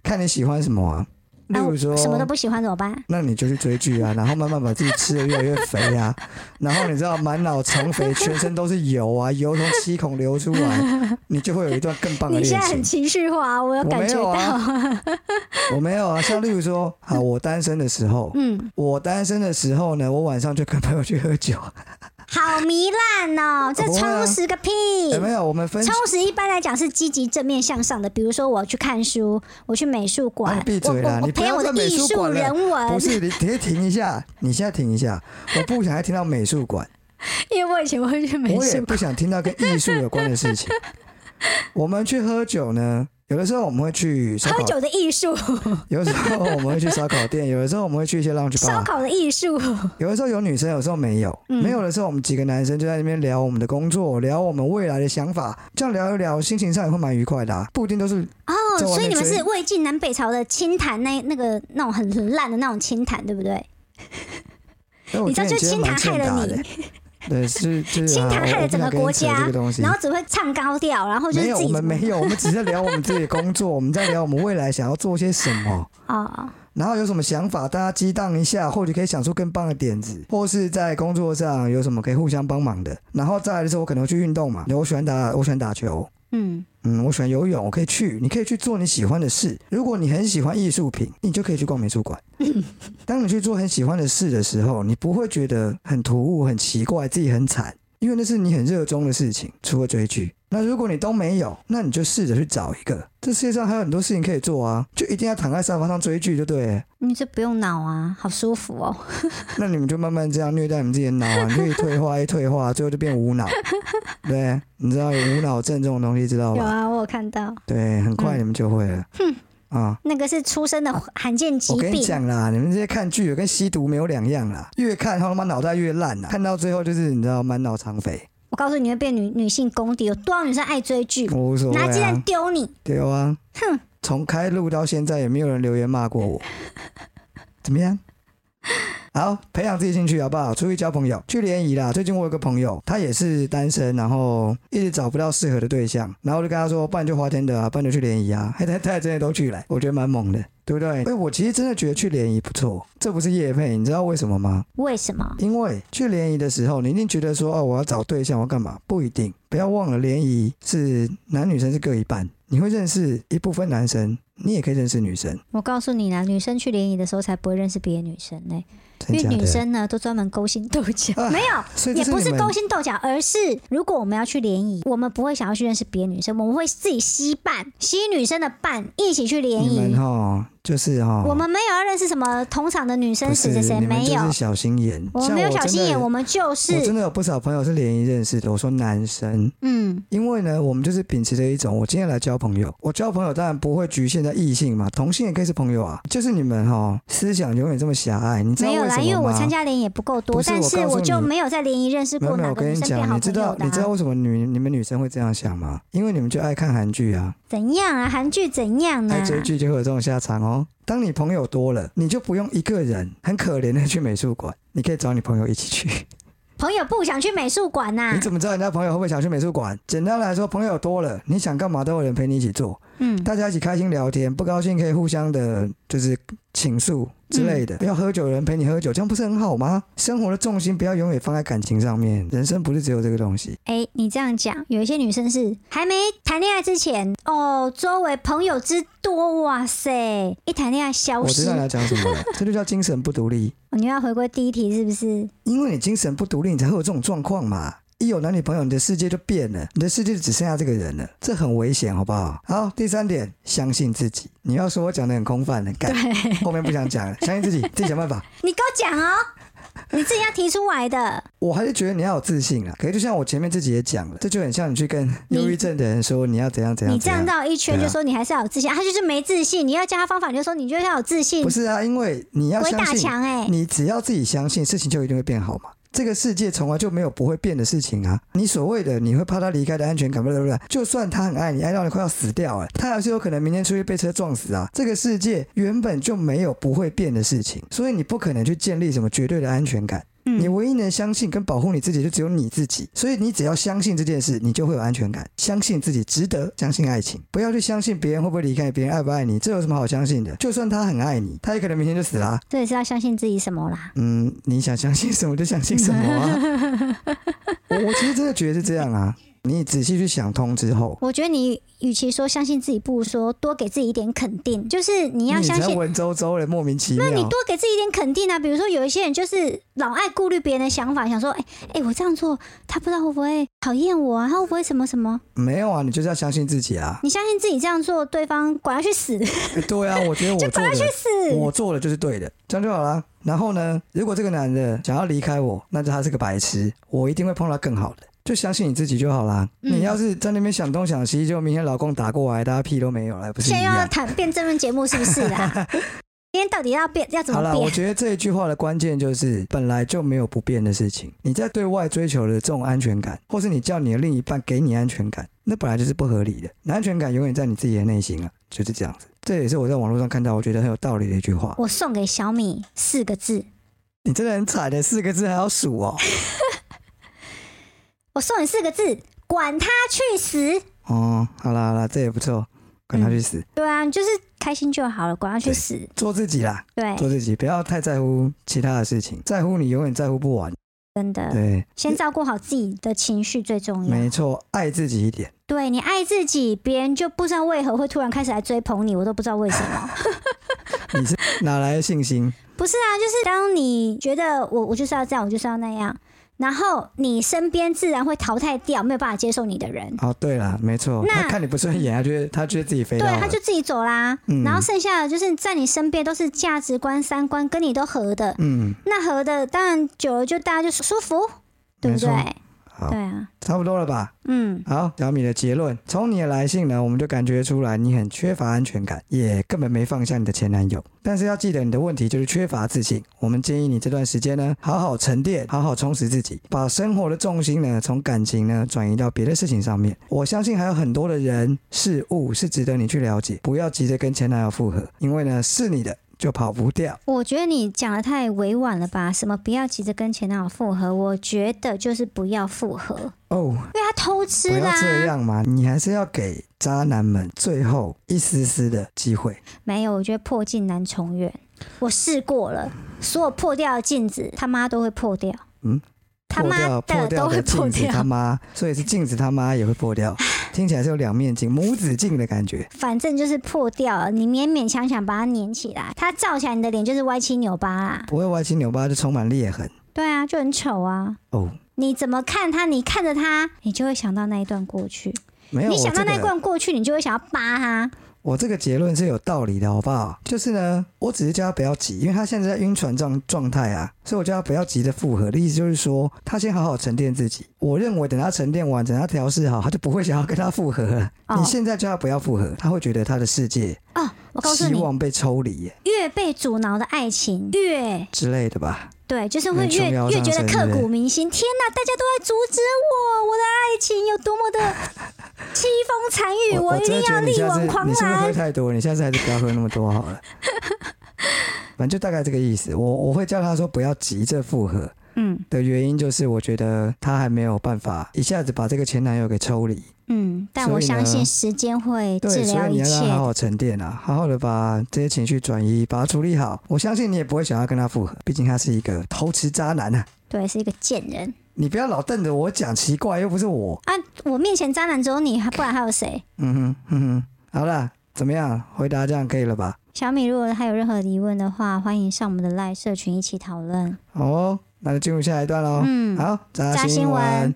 看你喜欢什么啊。例
那我
如说，
什么都不喜欢怎么办？
那你就去追剧 啊，然后慢慢把自己吃的越来越肥啊，然后你知道满脑虫肥，全身都是油 啊，油从七孔流出来，你就会有一段更棒的
你现
恋
在
情
很。情绪化，我有
我
感
没
觉
有
到。
啊，我没有啊。像例如说，啊，我单身的时候，
嗯，
我单身的时候呢，我晚上就跟朋友去喝酒，
好糜烂哦，这
不会啊
充实个屁！
有没有？我们分
充实一般来讲是积极正面向上的，比如说我去看书，我去美术馆，
啊你闭
我
嘴啦
我我
你不
培
要
养我的
在美
艺
术
术
馆了
人
不
文，
是你，你停一下，你现在停一下，我不想再听到美术馆。
因为我以前会去美
我也
术
不
馆，
想听到跟艺术有关的事情。 我们去喝酒呢，有的时候我们会去烧
喝
烤，
酒的艺术，
有的时候我们会去烧烤店，有的时候我们会去一些 lounge
烧
bar，
烤的艺术，哦
有的时候有女生，有时候没有。
嗯
没有的时候，我们几个男生就在那边聊我们的工作，聊我们未来的想法，这样聊一聊，心情上也会蛮愉快的、啊，不一定都是
哦，
在外面
所以你们
追
是魏晋南北朝的清谈那那个那种很烂的那种清谈，对不对？
哎，我
你知
觉
道
得你
就
今天
清
蛮
谈
欠
害
打
了
的
你。，
对，是就是
清
啊
谈害
我
了
不想
整个
跟你
国
扯
家
这个东西
然后只会唱高调，然后就
没
是
有，
自
我
己
们没有，我们只是聊我们自己的工作，我们在聊我们未来想要做些什么。
哦，
然后有什么想法，大家激荡一下，或许可以想出更棒的点子，或是在工作上有什么可以互相帮忙的。然后再来的时候，我可能会去运动嘛，我喜欢打，我喜欢打球，
嗯
嗯，我喜欢游泳，我可以去，你可以去做你喜欢的事。如果你很喜欢艺术品，你就可以去逛美术馆。当你去做很喜欢的事的时候，你不会觉得很突兀、很奇怪，自己很惨，因为那是你很热衷的事情。除了追剧，那如果你都没有，那你就试着去找一个。这世界上还有很多事情可以做啊，就一定要躺在沙发上追剧就对了。
你这不用脑啊，好舒服哦。
那你们就慢慢这样虐待你们自己的脑啊，你就一退化一退化，最后就变无 脑。对，你知道有无脑症这种东西，知道
有
吧？
啊，我有看到，
对，很快
嗯
你们就会了。啊、
那个是出生的罕见疾
我跟你
病。
讲啦，你们这些看剧的跟吸毒没有两样啦，越看他妈脑袋越烂啊啦，看到最后就是你知道满脑肠肥，
我告诉你，你会变女女性公敌。有多少女生爱追剧？
我无所谓
拿鸡蛋
啊，
丢你！
对啊，
哼，
从开录到现在也没有人留言骂过我，怎么样？好，培养自己兴趣好不好？出去交朋友，去联谊啦。最近我有个朋友，他也是单身，然后一直找不到适合的对象，然后我就跟他说，不然就花天的啊，不然就去联谊啊。 嘿他他也真的都去了，我觉得蛮猛的，对不对？哎、我其实真的觉得去联谊不错，这不是叶配，你知道为什么吗？
为什么？
因为去联谊的时候，你一定觉得说哦，我要找对象，我要干嘛？不一定，不要忘了联谊是男女生是各一半，你会认识一部分男生，你也可以认识女生，
我告诉你啦，女生去联谊的时候才不会认识别的女生呢、
真
因
假
为女
的？
生呢都专门勾心斗角，
啊
没有。
所以
也
这
不
是
是
你们
勾心斗角，而是如果我们要去联谊，我们不会想要去认识别的女生，我们会自己吸伴，吸女生的伴，一起去联
你们
谊。
哈，就是哈，
我们没有要认识什么同场的女生
不
谁
是
谁谁，
你们
没
就
有
是，小心眼，
我们
像
没有小
真
心眼，
的
我们就
我真
是
的有不少朋友是联谊认识的。我说男生，
嗯
因为呢，我们就是秉持着一种，我今天来交朋友，我交朋友当然不会局限在异性嘛，同性也可以是朋友啊。就是你们哈，思想永远这么狭隘，你知道
没有
为什
啦，
么
因为我
吗
参加联谊也不够多，
不是
但
我
是
告诉
我就
你
没有在联谊认识
没
过
有没有，
哪
我
个
跟
女
你
生变
讲，
好
你知
朋
道
友的、
你知道
啊。
为什么女你们女生会这样想吗？因为你们就爱看韩剧啊，
怎样啊？韩剧怎样
爱
啊？
追剧就会有这种下场哦。当你朋友多了，你就不用一个人很可怜的去美术馆，你可以找你朋友一起去。
朋友不想去美术馆啊呐、
你怎么知道人家朋友会不会想去美术馆？简单来说，朋友多了，你想干嘛都有人陪你一起做，
嗯，
大家一起开心聊天，不高兴可以互相的，就是倾诉之类
嗯
的。要喝酒的人陪你喝酒，这样不是很好吗？生活的重心不要永远放在感情上面，人生不是只有这个东西。
哎、你这样讲，有一些女生是还没谈恋爱之前，哦，周围朋友之多，哇塞，一谈恋爱消
我知
失
道你。要讲什 么了，这就叫精神不独立。
哦你又要回归第一题是不是？
因为你精神不独立，你才会有这种状况嘛。一有男女朋友，你的世界就变了，你的世界只剩下这个人了，这很危险，好不好？好，第三点，相信自己。你要说我讲的很空泛的，干，后面不想 讲了，相信自己，自己想办法。
你给我讲哦，你自己要提出来的。
我还是觉得你要有自信啊。可是就像我前面自己也讲了，这就很像你去跟
你
忧郁症的人说你要怎样怎样
你
怎
这样
样。
绕一圈
对啊
就说你还是要有自信，啊他就是没自信。你要教他方法，你就说你就要有自信
不，是啊，因为你要
鬼
相
打
信，
墙哎、
你只要自己相信，事情就一定会变好嘛。这个世界从来就没有不会变的事情啊！你所谓的你会怕他离开的安全感，不不不，就算他很爱你，爱到你快要死掉了，他还是有可能明天出去被车撞死啊！这个世界原本就没有不会变的事情，所以你不可能去建立什么绝对的安全感。你
嗯，
唯一能相信跟保护你自己，就只有你自己。所以你只要相信这件事，你就会有安全感，相信自己值得，相信爱情，不要去相信别人会不会离开你，别人爱不爱你，这有什么好相信的？就算他很爱你，他也可能明天就死啊啦、
这也是要相信自己什么啦。
嗯，你想相信什么就相信什么啊。 我我其实真的觉得是这样啊，你仔细去想通之后，
我觉得你与其说相信自己，不如说多给自己一点肯定，就是你要相
才
信。
文绉绉的，莫名其
那你
妙
多。给自己一点肯定啊！比如说，有一些人就是老爱顾虑别人的想法，想说，哎、哎、我这样做，他不知道会不会讨厌我啊？他会不会什么什么？
没有啊，你就是要相信自己 啊。
你相信自己这样做，对方管他去死去
哎对啊，我觉得我做的，
死！
我做的就是对的，这样就好啦。然后呢，如果这个男的想要离开我，那就他是个白痴，我一定会碰到更好的。就相信你自己就好啦。你
嗯
要是在那边想东想西，就明天老公打过来，大家屁都没有了，不是一
现在又要啊
样？
谈变争论节目是不是 啦？今天到底要变要怎么
好啦，我
变？
觉得这一句话的关键就是，本来就没有不变的事情。你在对外追求的这种安全感，或是你叫你的另一半给你安全感，那本来就是不合理的。你安全感永远在你自己的内心啊，就是这样子。这也是我在网络上看到，我觉得很有道理的一句话。
我送给小米四个字，
你真的很惨的，四个字还要数哦。
我送你四个字，管他去死！
哦，好啦好啦，这也不错，管他去死，
对啊，你就是开心就好了，管他去死！
做自己啦，
对
做自己，不要太在乎其他的事情，在乎你永远在乎不完。
真的，
对，
先照顾好自己的情绪最重要。
没错，爱自己一点。
对你爱自己，别人就不知道为何会突然开始来追捧你，我都不知道为什 么。
你是哪来的信心？
不是啊，就是当你觉得我我就是要这样，我就是要那样，然后你身边自然会淘汰掉没有办法接受你的人，
哦，对了，没错，
那
他看你不顺眼，他觉得他觉得自己飞到
对，
了，
他就自己走啦。
嗯
然后剩下的就是在你身边都是价值观、三观跟你都合的，
嗯，
那合的当然久了就大家就舒服，对不对
没？好
对啊，
差不多了吧？
嗯，
好，小米的结论，从你的来信呢，我们就感觉出来你很缺乏安全感，也根本没放下你的前男友。但是要记得，你的问题就是缺乏自信。我们建议你这段时间呢，好好沉淀，好好充实自己，把生活的重心呢，从感情呢转移到别的事情上面。我相信还有很多的人事物是值得你去了解，不要急着跟前男友复合，因为呢，是你的就跑不掉。
我觉得你讲的太委婉了吧？什么不要急着跟前男友复合？我觉得就是不要复合，因
哦，
为他偷吃
不要
啦、
这样嘛，你还是要给渣男们最后一丝丝的机会。
没有，我觉得破镜难重圆。我试过了，所有破掉的镜子，他妈都会破掉。
嗯，
他
破
妈
掉破
都
掉
会
的
破
镜子他妈，所以是镜子他妈也会破 掉，听起来是有两面镜，母子镜的感觉。
反正就是破掉了，你勉勉强强把它粘起来，它照起来你的脸就是歪七扭八啦。
不会歪七扭八，就充满裂痕
对啊，就很丑啊。
哦。
你怎么看他？你看着他，你就会想到那一段过去。
没有，
你
我
想
这
到那一
个
段过去，你就会想要扒他。
我这个结论是有道理的，好不好？就是呢，我只是叫他不要急，因为他现在在晕船状状态啊，所以我叫他不要急着复合的意思就是说，他先好好沉淀自己。我认为等他沉淀完，等他调试好，他就不会想要跟他复合了。
哦
你现在叫他不要复合，他会觉得他的世界
哦，我告诉
希
你，
望被抽离耶
越被阻挠的爱情越
之类的吧。
对，就是会
越
越
琼瑶
越
上
觉得
身
刻
对不
骨
对
铭心。天哪，大家都在阻止我，我的爱情有多么的凄风惨雨，
我
哎我一
真
定
的觉
要
得你下次
力挽狂
你是不是喝
澜。
太多？你下次还是不要喝那么多好了。 反正就大概这个意思。我我会叫他说不要急着复合
嗯
的原因，就是我觉得他还没有办法一下子把这个前男友给抽离。
嗯，但
所
我
以
相
呢
信时间会治
对，所
疗
以你
一
要
切
让他好
的。
好沉淀啊，好好的把这些情绪转移，把它处理好。我相信你也不会想要跟他复合，毕竟他是一个偷吃渣男啊。
对，是一个贱人
你不要老瞪着我讲，奇怪，又不是我。
啊！我面前渣男只有你，还不然还有谁？
嗯哼，嗯哼，好啦，怎么样？回答这样可以了吧？
小米，如果还有任何疑问的话，欢迎上我们的赖社群一起讨论。
好哦，那就进入下一段喽。
嗯
好，杂
杂
新
新闻
闻。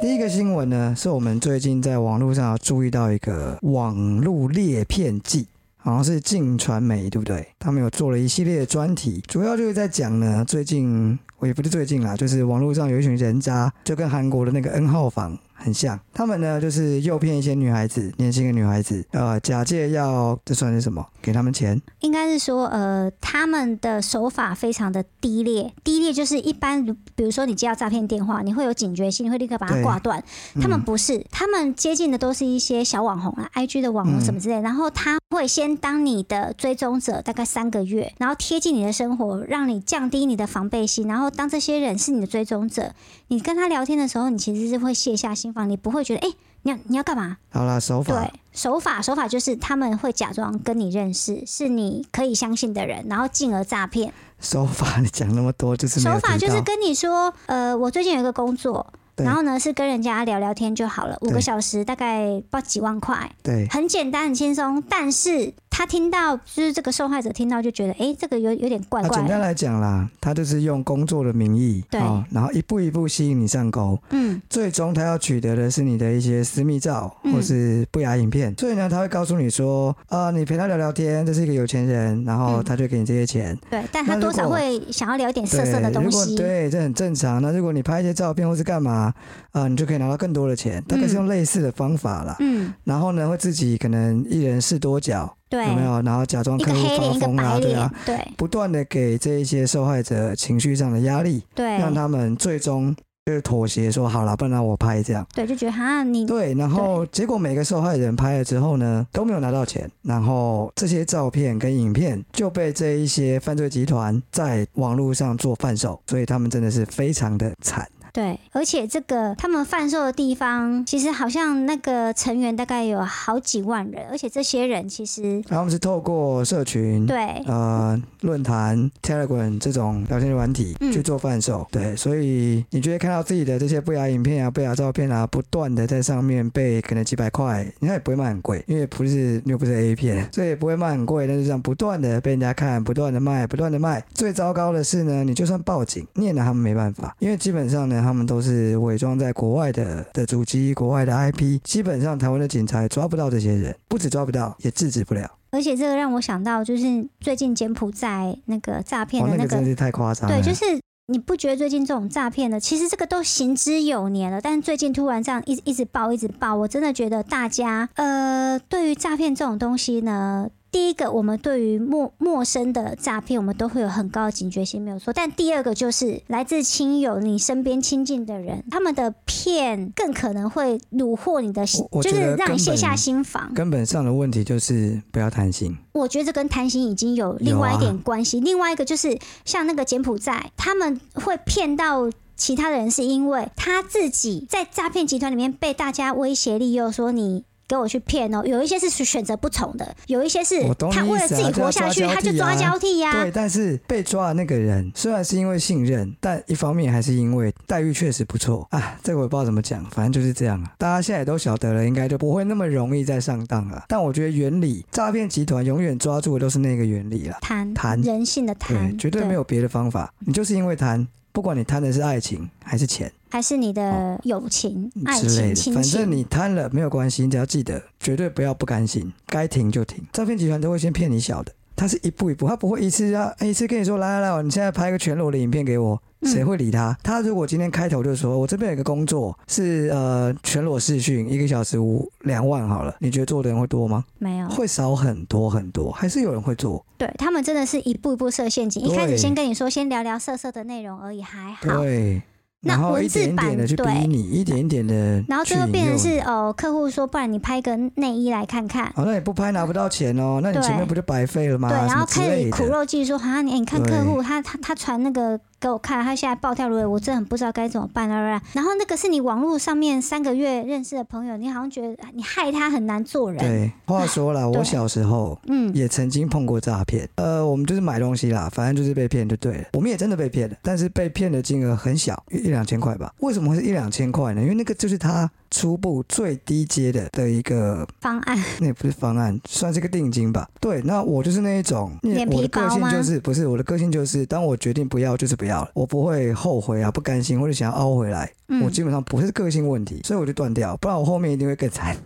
第一个新闻呢，是我们最近在网络上有注意到一个网络猎骗记，好像是镜传媒，对不对？他们有做了一系列的专题，主要就是在讲呢，最近我也不是最近啦，就是网络上有一群人渣，就跟韩国的那个 N 号房很像。他们呢，就是诱骗一些女孩子，年轻的女孩子，呃，假借要这算是什么？给他们钱，
应该是说，呃，他们的手法非常的低劣，低劣就是一般，比如说你接到诈骗电话，你会有警觉性，你会立刻把它
对
挂断。
嗯
他们不是，他们接近的都是一些小网红啊，IG 的网红
嗯
什么之类，然后他会先当你的追踪者大概三个月，然后贴近你的生活，让你降低你的防备心，然后当这些人是你的追踪者，你跟他聊天的时候，你其实是会卸下心防，你不会觉得，哎、你要你要干嘛？
好啦，手法
对，手法手法就是他们会假装跟你认识，是你可以相信的人，然后进而诈骗。
手法，你讲那么多就是没有
手法
提
就是
到
跟你说，呃，我最近有一个工作，
对
然后呢是跟人家聊聊天就好了，五个
对
小时大概不知道几万块，
对
很简单很轻松。但是他听到就是这个受害者听到就觉得，诶，这个有有点怪
啊，
怪
简单
的，
来讲啦，他就是用工作的名义，
对
哦然后一步一步吸引你上钩，
嗯，
最终他要取得的是你的一些私密照
嗯
或是不雅影片，所以呢，他会告诉你说，啊、你陪他聊聊天，这是一个有钱人，然后
嗯
他就给你这些钱，
对，但他
那如
多少
果
会想要聊一点色
对，
色的
如
东
果
西，
对，这很正常。那如果你拍一些照片或是干嘛，啊、你就可以拿到更多的钱，大概是用类似的方法啦。
嗯，
然后呢，会自己可能一人试多角，
对
有，没有？然后假装
一
客
个
户
黑脸
发
一个
疯
白
啊，对
脸，
啊，
对
不断的给这一些受害者情绪上的压力。让
对
他们最终就是妥协说好了，不然我拍这样。
对，就觉得哈你
对，然后结果每个受害人拍了之后呢，都没有拿到钱，然后这些照片跟影片就被这一些犯罪集团在网络上做贩售，所以他们真的是非常的惨。
对，而且这个他们贩售的地方，其实好像那个成员大概有好几万人，而且这些人其实
然后我们是透过社群。
对
嗯呃，论坛、Telegram 这种聊天软体
嗯
去做贩售，对，所以你就会看到自己的这些不雅影片啊、不雅照片啊，不断的在上面被可能几百块，人家也不会卖很贵，因为不是又不是 A 片，所以也不会卖很贵，但是这样不断的被人家看，不断的卖，不断的卖。最糟糕的是呢，你就算报警，你也拿他们没办法，因为基本上呢，他们都是伪装在国外的的主机、国外的 IP，基本上台湾的警察也抓不到这些人，不止抓不到，也制止不了。
而且这个让我想到，就是最近柬埔寨那个诈骗
哇，
的
哦那个
那个，
真的是太夸张了。
对，就是你不觉得最近这种诈骗的，其实这个都行之有年了，但是最近突然这样一直一直爆一直爆，我真的觉得大家呃，对于诈骗这种东西呢。第一个，我们对于陌陌生的诈骗，我们都会有很高的警觉性，没有错。但第二个就是来自亲友、你身边亲近的人，他们的骗更可能会虏获你的心，
我我
就
觉
是
得
让你
根
卸下
本
心防。
根本上的问题就是不要贪心，
我觉得这跟贪心已经有另外一点
啊
关系。另外一个就是像那个柬埔寨，他们会骗到。其他的人是因为他自己在诈骗集团里面被大家威胁利诱，说你给我去骗哦。有一些是选择不从的，有一些是
我懂你
他为了
意思啊
自己
就要
活下
抓
去，
交
他就
替
抓
啊
交替呀、
对。但是被抓的那个人虽然是因为信任，但一方面还是因为待遇确实不错啊。这个我也不知道怎么讲，反正就是这样啊。大家现在也都晓得了，应该就不会那么容易再上当了。但我觉得原理，诈骗集团永远抓住的都是那个原理啦，
贪
贪
人性的
对，
贪，
绝对没有别的方法。你就是因为贪，不管你贪的是爱情还是钱。
还是你的友情、爱
嗯之类
情、
的，
亲
反
情。
正你贪了没有关系，你只要记得，绝对不要不甘心，该停就停。诈骗集团都会先骗你小的，他是一步一步，他不会一次要一次跟你说来来来，你现在拍个全裸的影片给我，
嗯
谁会理他？他如果今天开头就说，我这边有个工作是呃全裸试训，一个小时五两万好了，你觉得做的人会多吗？
没有，
会少很多很多，还是有人会做？
对他们真的是一步一步设陷阱。一开始
对
先跟你说，先聊聊色色的内容而已，还好。
对。
那
然后
文
一
字
点一
版
点的去逼
对
你，一点一点的，
然后最后变成是哦，客户说，不然你拍个内衣来看看。
哦，那你不拍拿不到钱哦，那你
对
前面不就白费了吗？
对，然
什
后
么之
开
类
始
的
苦肉计说，啊，你、哎你看客
对
户他他他传那个给我看，他现在暴跳如雷，我真的很不知道该怎么办啦啦啦。然后那个是你网络上面三个月认识的朋友，你好像觉得哎你害他很难做人。
对，话说啦，
对
我小时候
嗯，
也曾经碰过诈骗，呃，我们就是买东西啦，反正就是被骗就对了。我们也真的被骗了，但是被骗的金额很小，一一两千块吧。为什么会是一两千块呢？因为那个就是他初步最低阶的的一个
方案
那也不是方案，算是个定金吧。对，那我就是那一种，因为
脸皮
我的个性
薄吗
就是不是我的个性就是，当我决定不要就是不要了，我不会后悔啊，不甘心或者想要凹回来，
嗯
我基本上不是个性问题，所以我就断掉，不然我后面一定会更惨，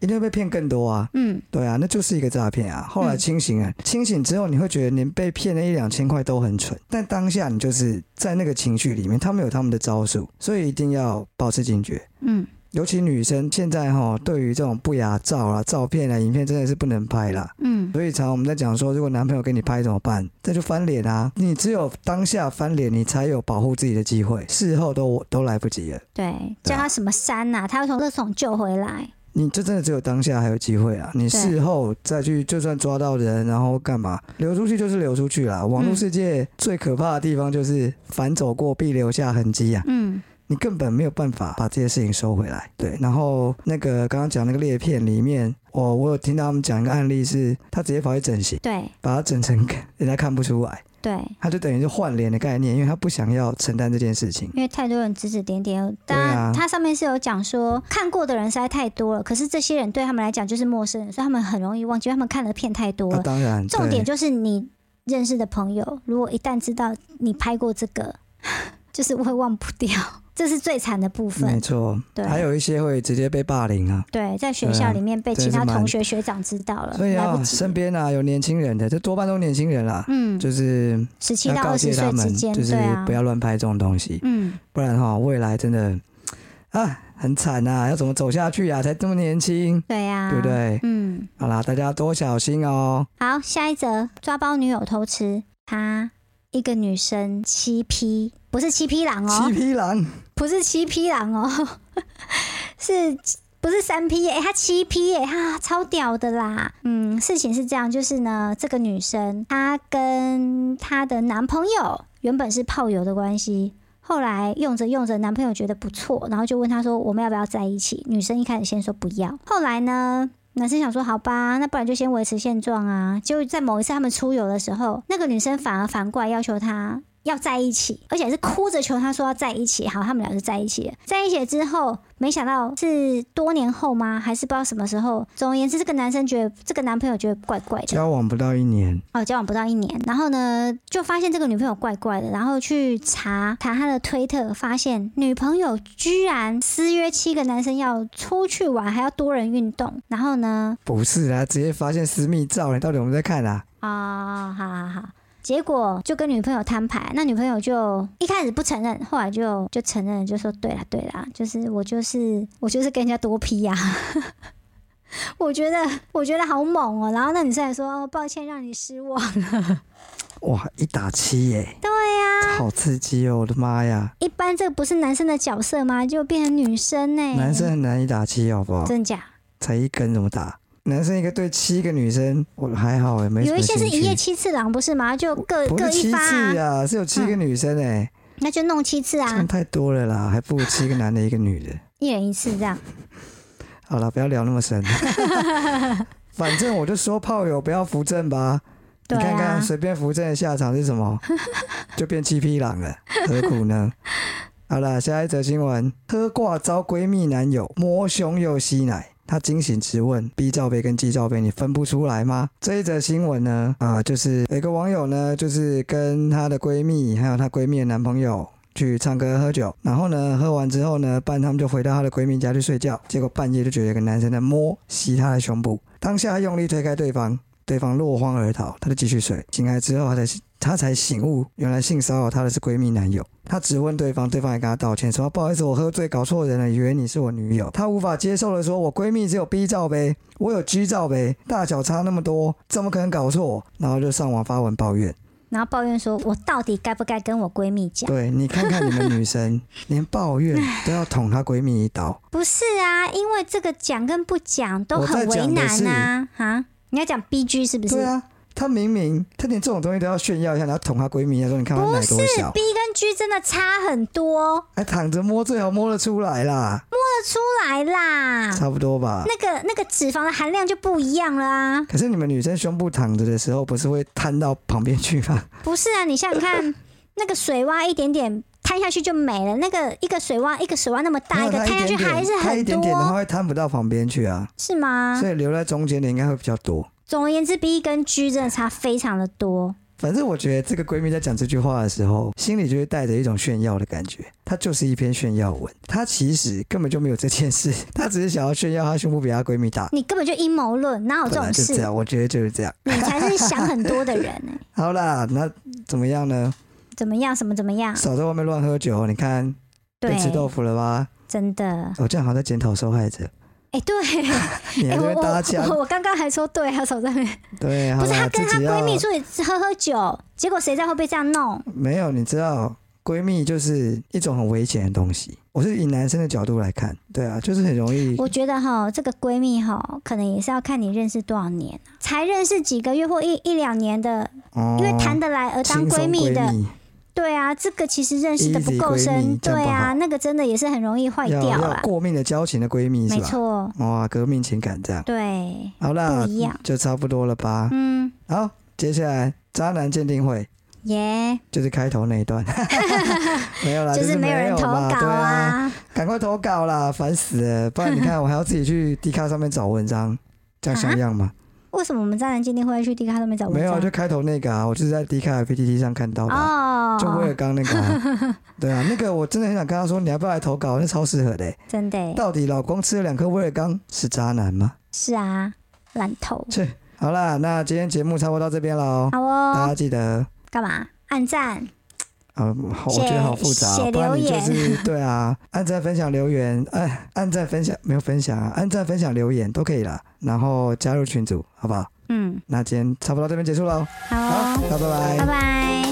一定会被骗更多啊。
嗯，
对啊，那就是一个诈骗啊。后来清醒啊，清醒之后你会觉得连被骗那一两千块都很蠢，但当下你就是在那个情绪里面，他们有他们的招数，所以一定要保持警觉。
嗯，
尤其女生现在哈，对于这种不雅照啊、照片啊、影片，真的是不能拍啦。
嗯，
所以常常我们在讲说，如果男朋友给你拍怎么办？这就翻脸啊！你只有当下翻脸，你才有保护自己的机会，事后都都来不及了。
对，
对
叫
啊
他什么删呐、他要从垃圾桶救回来。
你这真的只有当下还有机会啊！你事后再去，就算抓到人，然后干嘛流出去就是流出去啦。网
嗯
络世界最可怕的地方就是反走过必留下痕迹啊！
嗯，
你根本没有办法把这些事情收回来。对，然后那个刚刚讲那个裂片里面，我我有听到他们讲一个案例是，他直接跑去整形，
对
把他整成人家看不出来，
对。
他就等于是换脸的概念，因为他不想要承担这件事情。啊
因为太多人指指点点，
对
当
啊
然它上面是有讲说看过的人实在太多了，可是这些人对他们来讲就是陌生人，所以他们很容易忘记，因为他们看的片太多
那、
了。
当然，
重
对
点就是你认识的朋友，如果一旦知道你拍过这个， 就是会忘不掉， 这是最惨的部
没
分。
错，
对
还有一些会直接被霸凌啊。
对，在学校里面被
对啊
其他
真的是蛮
同学学长知道了，
所以
来
啊
不，及
身。边啊有年轻人的，这多半都是年轻人啦，
嗯，
就是
十七
要
到
告
二
诫
十
他
岁之
们，
间，
就是
对啊
不，要乱拍这种东西，
嗯，
不然哈未来真的啊很惨呐，要怎么走下去啊？才这么年轻，
对呀，
对不？对？
嗯。
好啦，大家多小心哦。
好，下一则抓包女友偷吃，她一个女生七匹，不是七匹狼
七
哦，
匹狼，
不是七匹狼哦， 是不是三匹耶、她七匹耶、哈、超屌的啦。嗯，事情是这样，就是呢，这个女生她跟她的男朋友原本是炮友的关系。后来用着用着，男朋友觉得不错，然后就问她说我们要不要在一起？女生一开始先说不要，后来呢？男生想说好吧，那不然就先维持现状啊。结果在某一次他们出游的时候，那个女生反而反过来要求他要在一起，而且是哭着求他说要在一起。好，他们俩就在一起了。在一起了之后，没想到是多年后吗？还是不知道什么时候？总而言之，这个男生觉得这个男朋友觉得怪怪的，
交往不到一年，
哦，交往不到一年，然后呢，就发现这个女朋友怪怪的，然后去查查她的推特，发现女朋友居然私约七个男生要出去玩，还要多人运动，然后呢，
不是啊，直接发现私密照，你到底我们在看啊？
啊、好好好。结果就跟女朋友摊牌，那女朋友就一开始不承认，后来就就承认了，就说对啦对啦，就是我就是我就是跟人家多批呀、 我觉得我觉得好猛哦、然后那女生还说、哦、抱歉让你失望，
哇，一打七耶、
对呀、
好刺激哦！我的妈呀，
一般这个不是男生的角色吗？就变成女生呢、
男生很难一打七，好不好？
哎真假？
才一根怎么打？男生一个对七个女生，我还好哎，没什
有
么
一些是
兴趣
一夜七次郎，不是吗？就各
不
各
是
一
七
发、
次啊，嗯是有七个女生哎、
那就弄七
这
次
样
啊，
太多了啦，还不如七个男的，一个女的。
一人一次这样。
好了，不要聊那么 深。反正我就说炮友不要扶正吧，你
对
看
啊
看，随便扶正的下场是什么，就变七匹狼 了，何苦呢？好了，下一则新闻：喝挂遭闺蜜男友摸胸又吸奶，她惊醒质问 B 罩杯跟 G 罩杯你分不出来吗？这一则新闻呢，啊、就是有一个网友呢，就是跟她的闺蜜还有她闺蜜的男朋友。去唱歌喝酒，然后呢，喝完之后呢，半夜他们就回到她的闺蜜家去睡觉。结果半夜就觉得有个男生在摸吸她的胸部，当下她用力推开对方，对方落荒而逃，她就继续睡。醒来之后，她才她才醒悟，原来性骚扰她的是闺蜜男友。她质问对方，对方也跟她道歉，说不好意思，我喝醉搞错人了，以为你是我女友。她无法接受的说，我闺蜜只有 B 罩杯，我有 G 罩杯，大小差那么多，怎么可能搞错？然后就上网发文抱怨。
然后抱怨说：“我到底该不该跟我闺蜜讲
对你看看你们女 生，连抱怨都要捅她闺蜜一刀。？”
不是啊，因为这个讲跟不讲都
我在
很为
讲的
难啊！啊， 你要讲 B G 是不是？
对啊，她明明她连这种东西都要炫耀一下，然后捅她闺蜜一下，说你看她奶多 小，
B 跟 G 真的差很多，
还躺着摸，最好摸得出来啦，
这出来啦，
差不多吧。
那个那个脂肪的含量就不一样了啊！
可是你们女生胸部躺着的时候，不是会摊到旁边去 吗？
不是啊，你想 想看，那个水洼一点点摊下去就没了。那个一个水洼，一个水洼那么大，
没
一
有
个
它
摊下去
一点点
还是
它
很
一点点的话
多，啊
会摊不到旁边去啊，
是吗
所？以留在中间的应该会比较多。
总而言之，B 跟 G 真的差非常的多。
反正我觉得这个闺蜜在讲这句话的时候，心里就会带着一种炫耀的感觉，她就是一篇炫耀文，她其实根本就没有这件事，她只是想要炫耀她胸部比她闺蜜大。
你根本就阴谋论，哪有这
本来
种
就这
事？
样，我觉得就是这样。
你才是想很多的人 呢、
好啦，那怎么样呢？
怎么样？什么怎么样？
少在外面乱喝酒，你看
对
被，吃豆腐了吧？
真的。
我、这样好像在检讨受害 者，
哎、对，
你还在
哎、我
那边搭
我
腔
我，我刚刚还说对啊，手在那边
对，好
不是她
啦，
跟
自
她
己要啊
闺蜜出去喝喝酒，结果谁在后被这样弄？
没有，你知道，闺蜜就是一种很危险的东西。我是以男生的角度来看，对啊，就是很容易。
我觉得哈，这个闺蜜哈，可能也是要看你认识多少年，啊才认识几个月或一一两年的，
哦
因为谈得来而呃当
轻松
闺蜜
蜜
的，对啊，这个其实认识的不
Easy
够
闺蜜
深，
这样
对
不好
啊，那个真的也是很容易坏
要
掉
要
啦，
过命的交情的闺蜜是
没
吧？
错，
哇，革命情感这样。
对，
好啦
不一样，
就差不多了吧。
嗯，
好，接下来渣男鉴定会
耶、
就是开头那一 段，没有啦，
就是没有人投
嘛
稿
对啊，
啊，
赶快投稿啦，烦死了！不然你看，我还要自己去 D 卡上面找文章，这样像样吗？
为什么我们渣男鉴定会去 D 卡上面啊找文
没有，
章？
啊，就开头那个啊，我就是在 D 卡 PTT 上看到的啊、
哦，
就为了刚那个、啊，对啊，那个我真的很想跟他说，你要不要来投稿？那超适合的欸、
真的耶
到底老公吃了两颗威尔刚是渣男吗？
是啊，烂头，
切，好啦，那今天节目差不多到这边了哦，
好
大
哦，
家记得，
干嘛？按赞，
啊，好，
写
我觉得好复杂哦、
写
不然你
留
就
言
是对啊，按赞、分享、留言，按按赞、分享没有分享啊，按赞、分享、留言都可以啦，然后加入群组，好不好？
嗯，
那今天差不多到这边结束喽，
好
好
哦，，
那拜拜
拜。拜。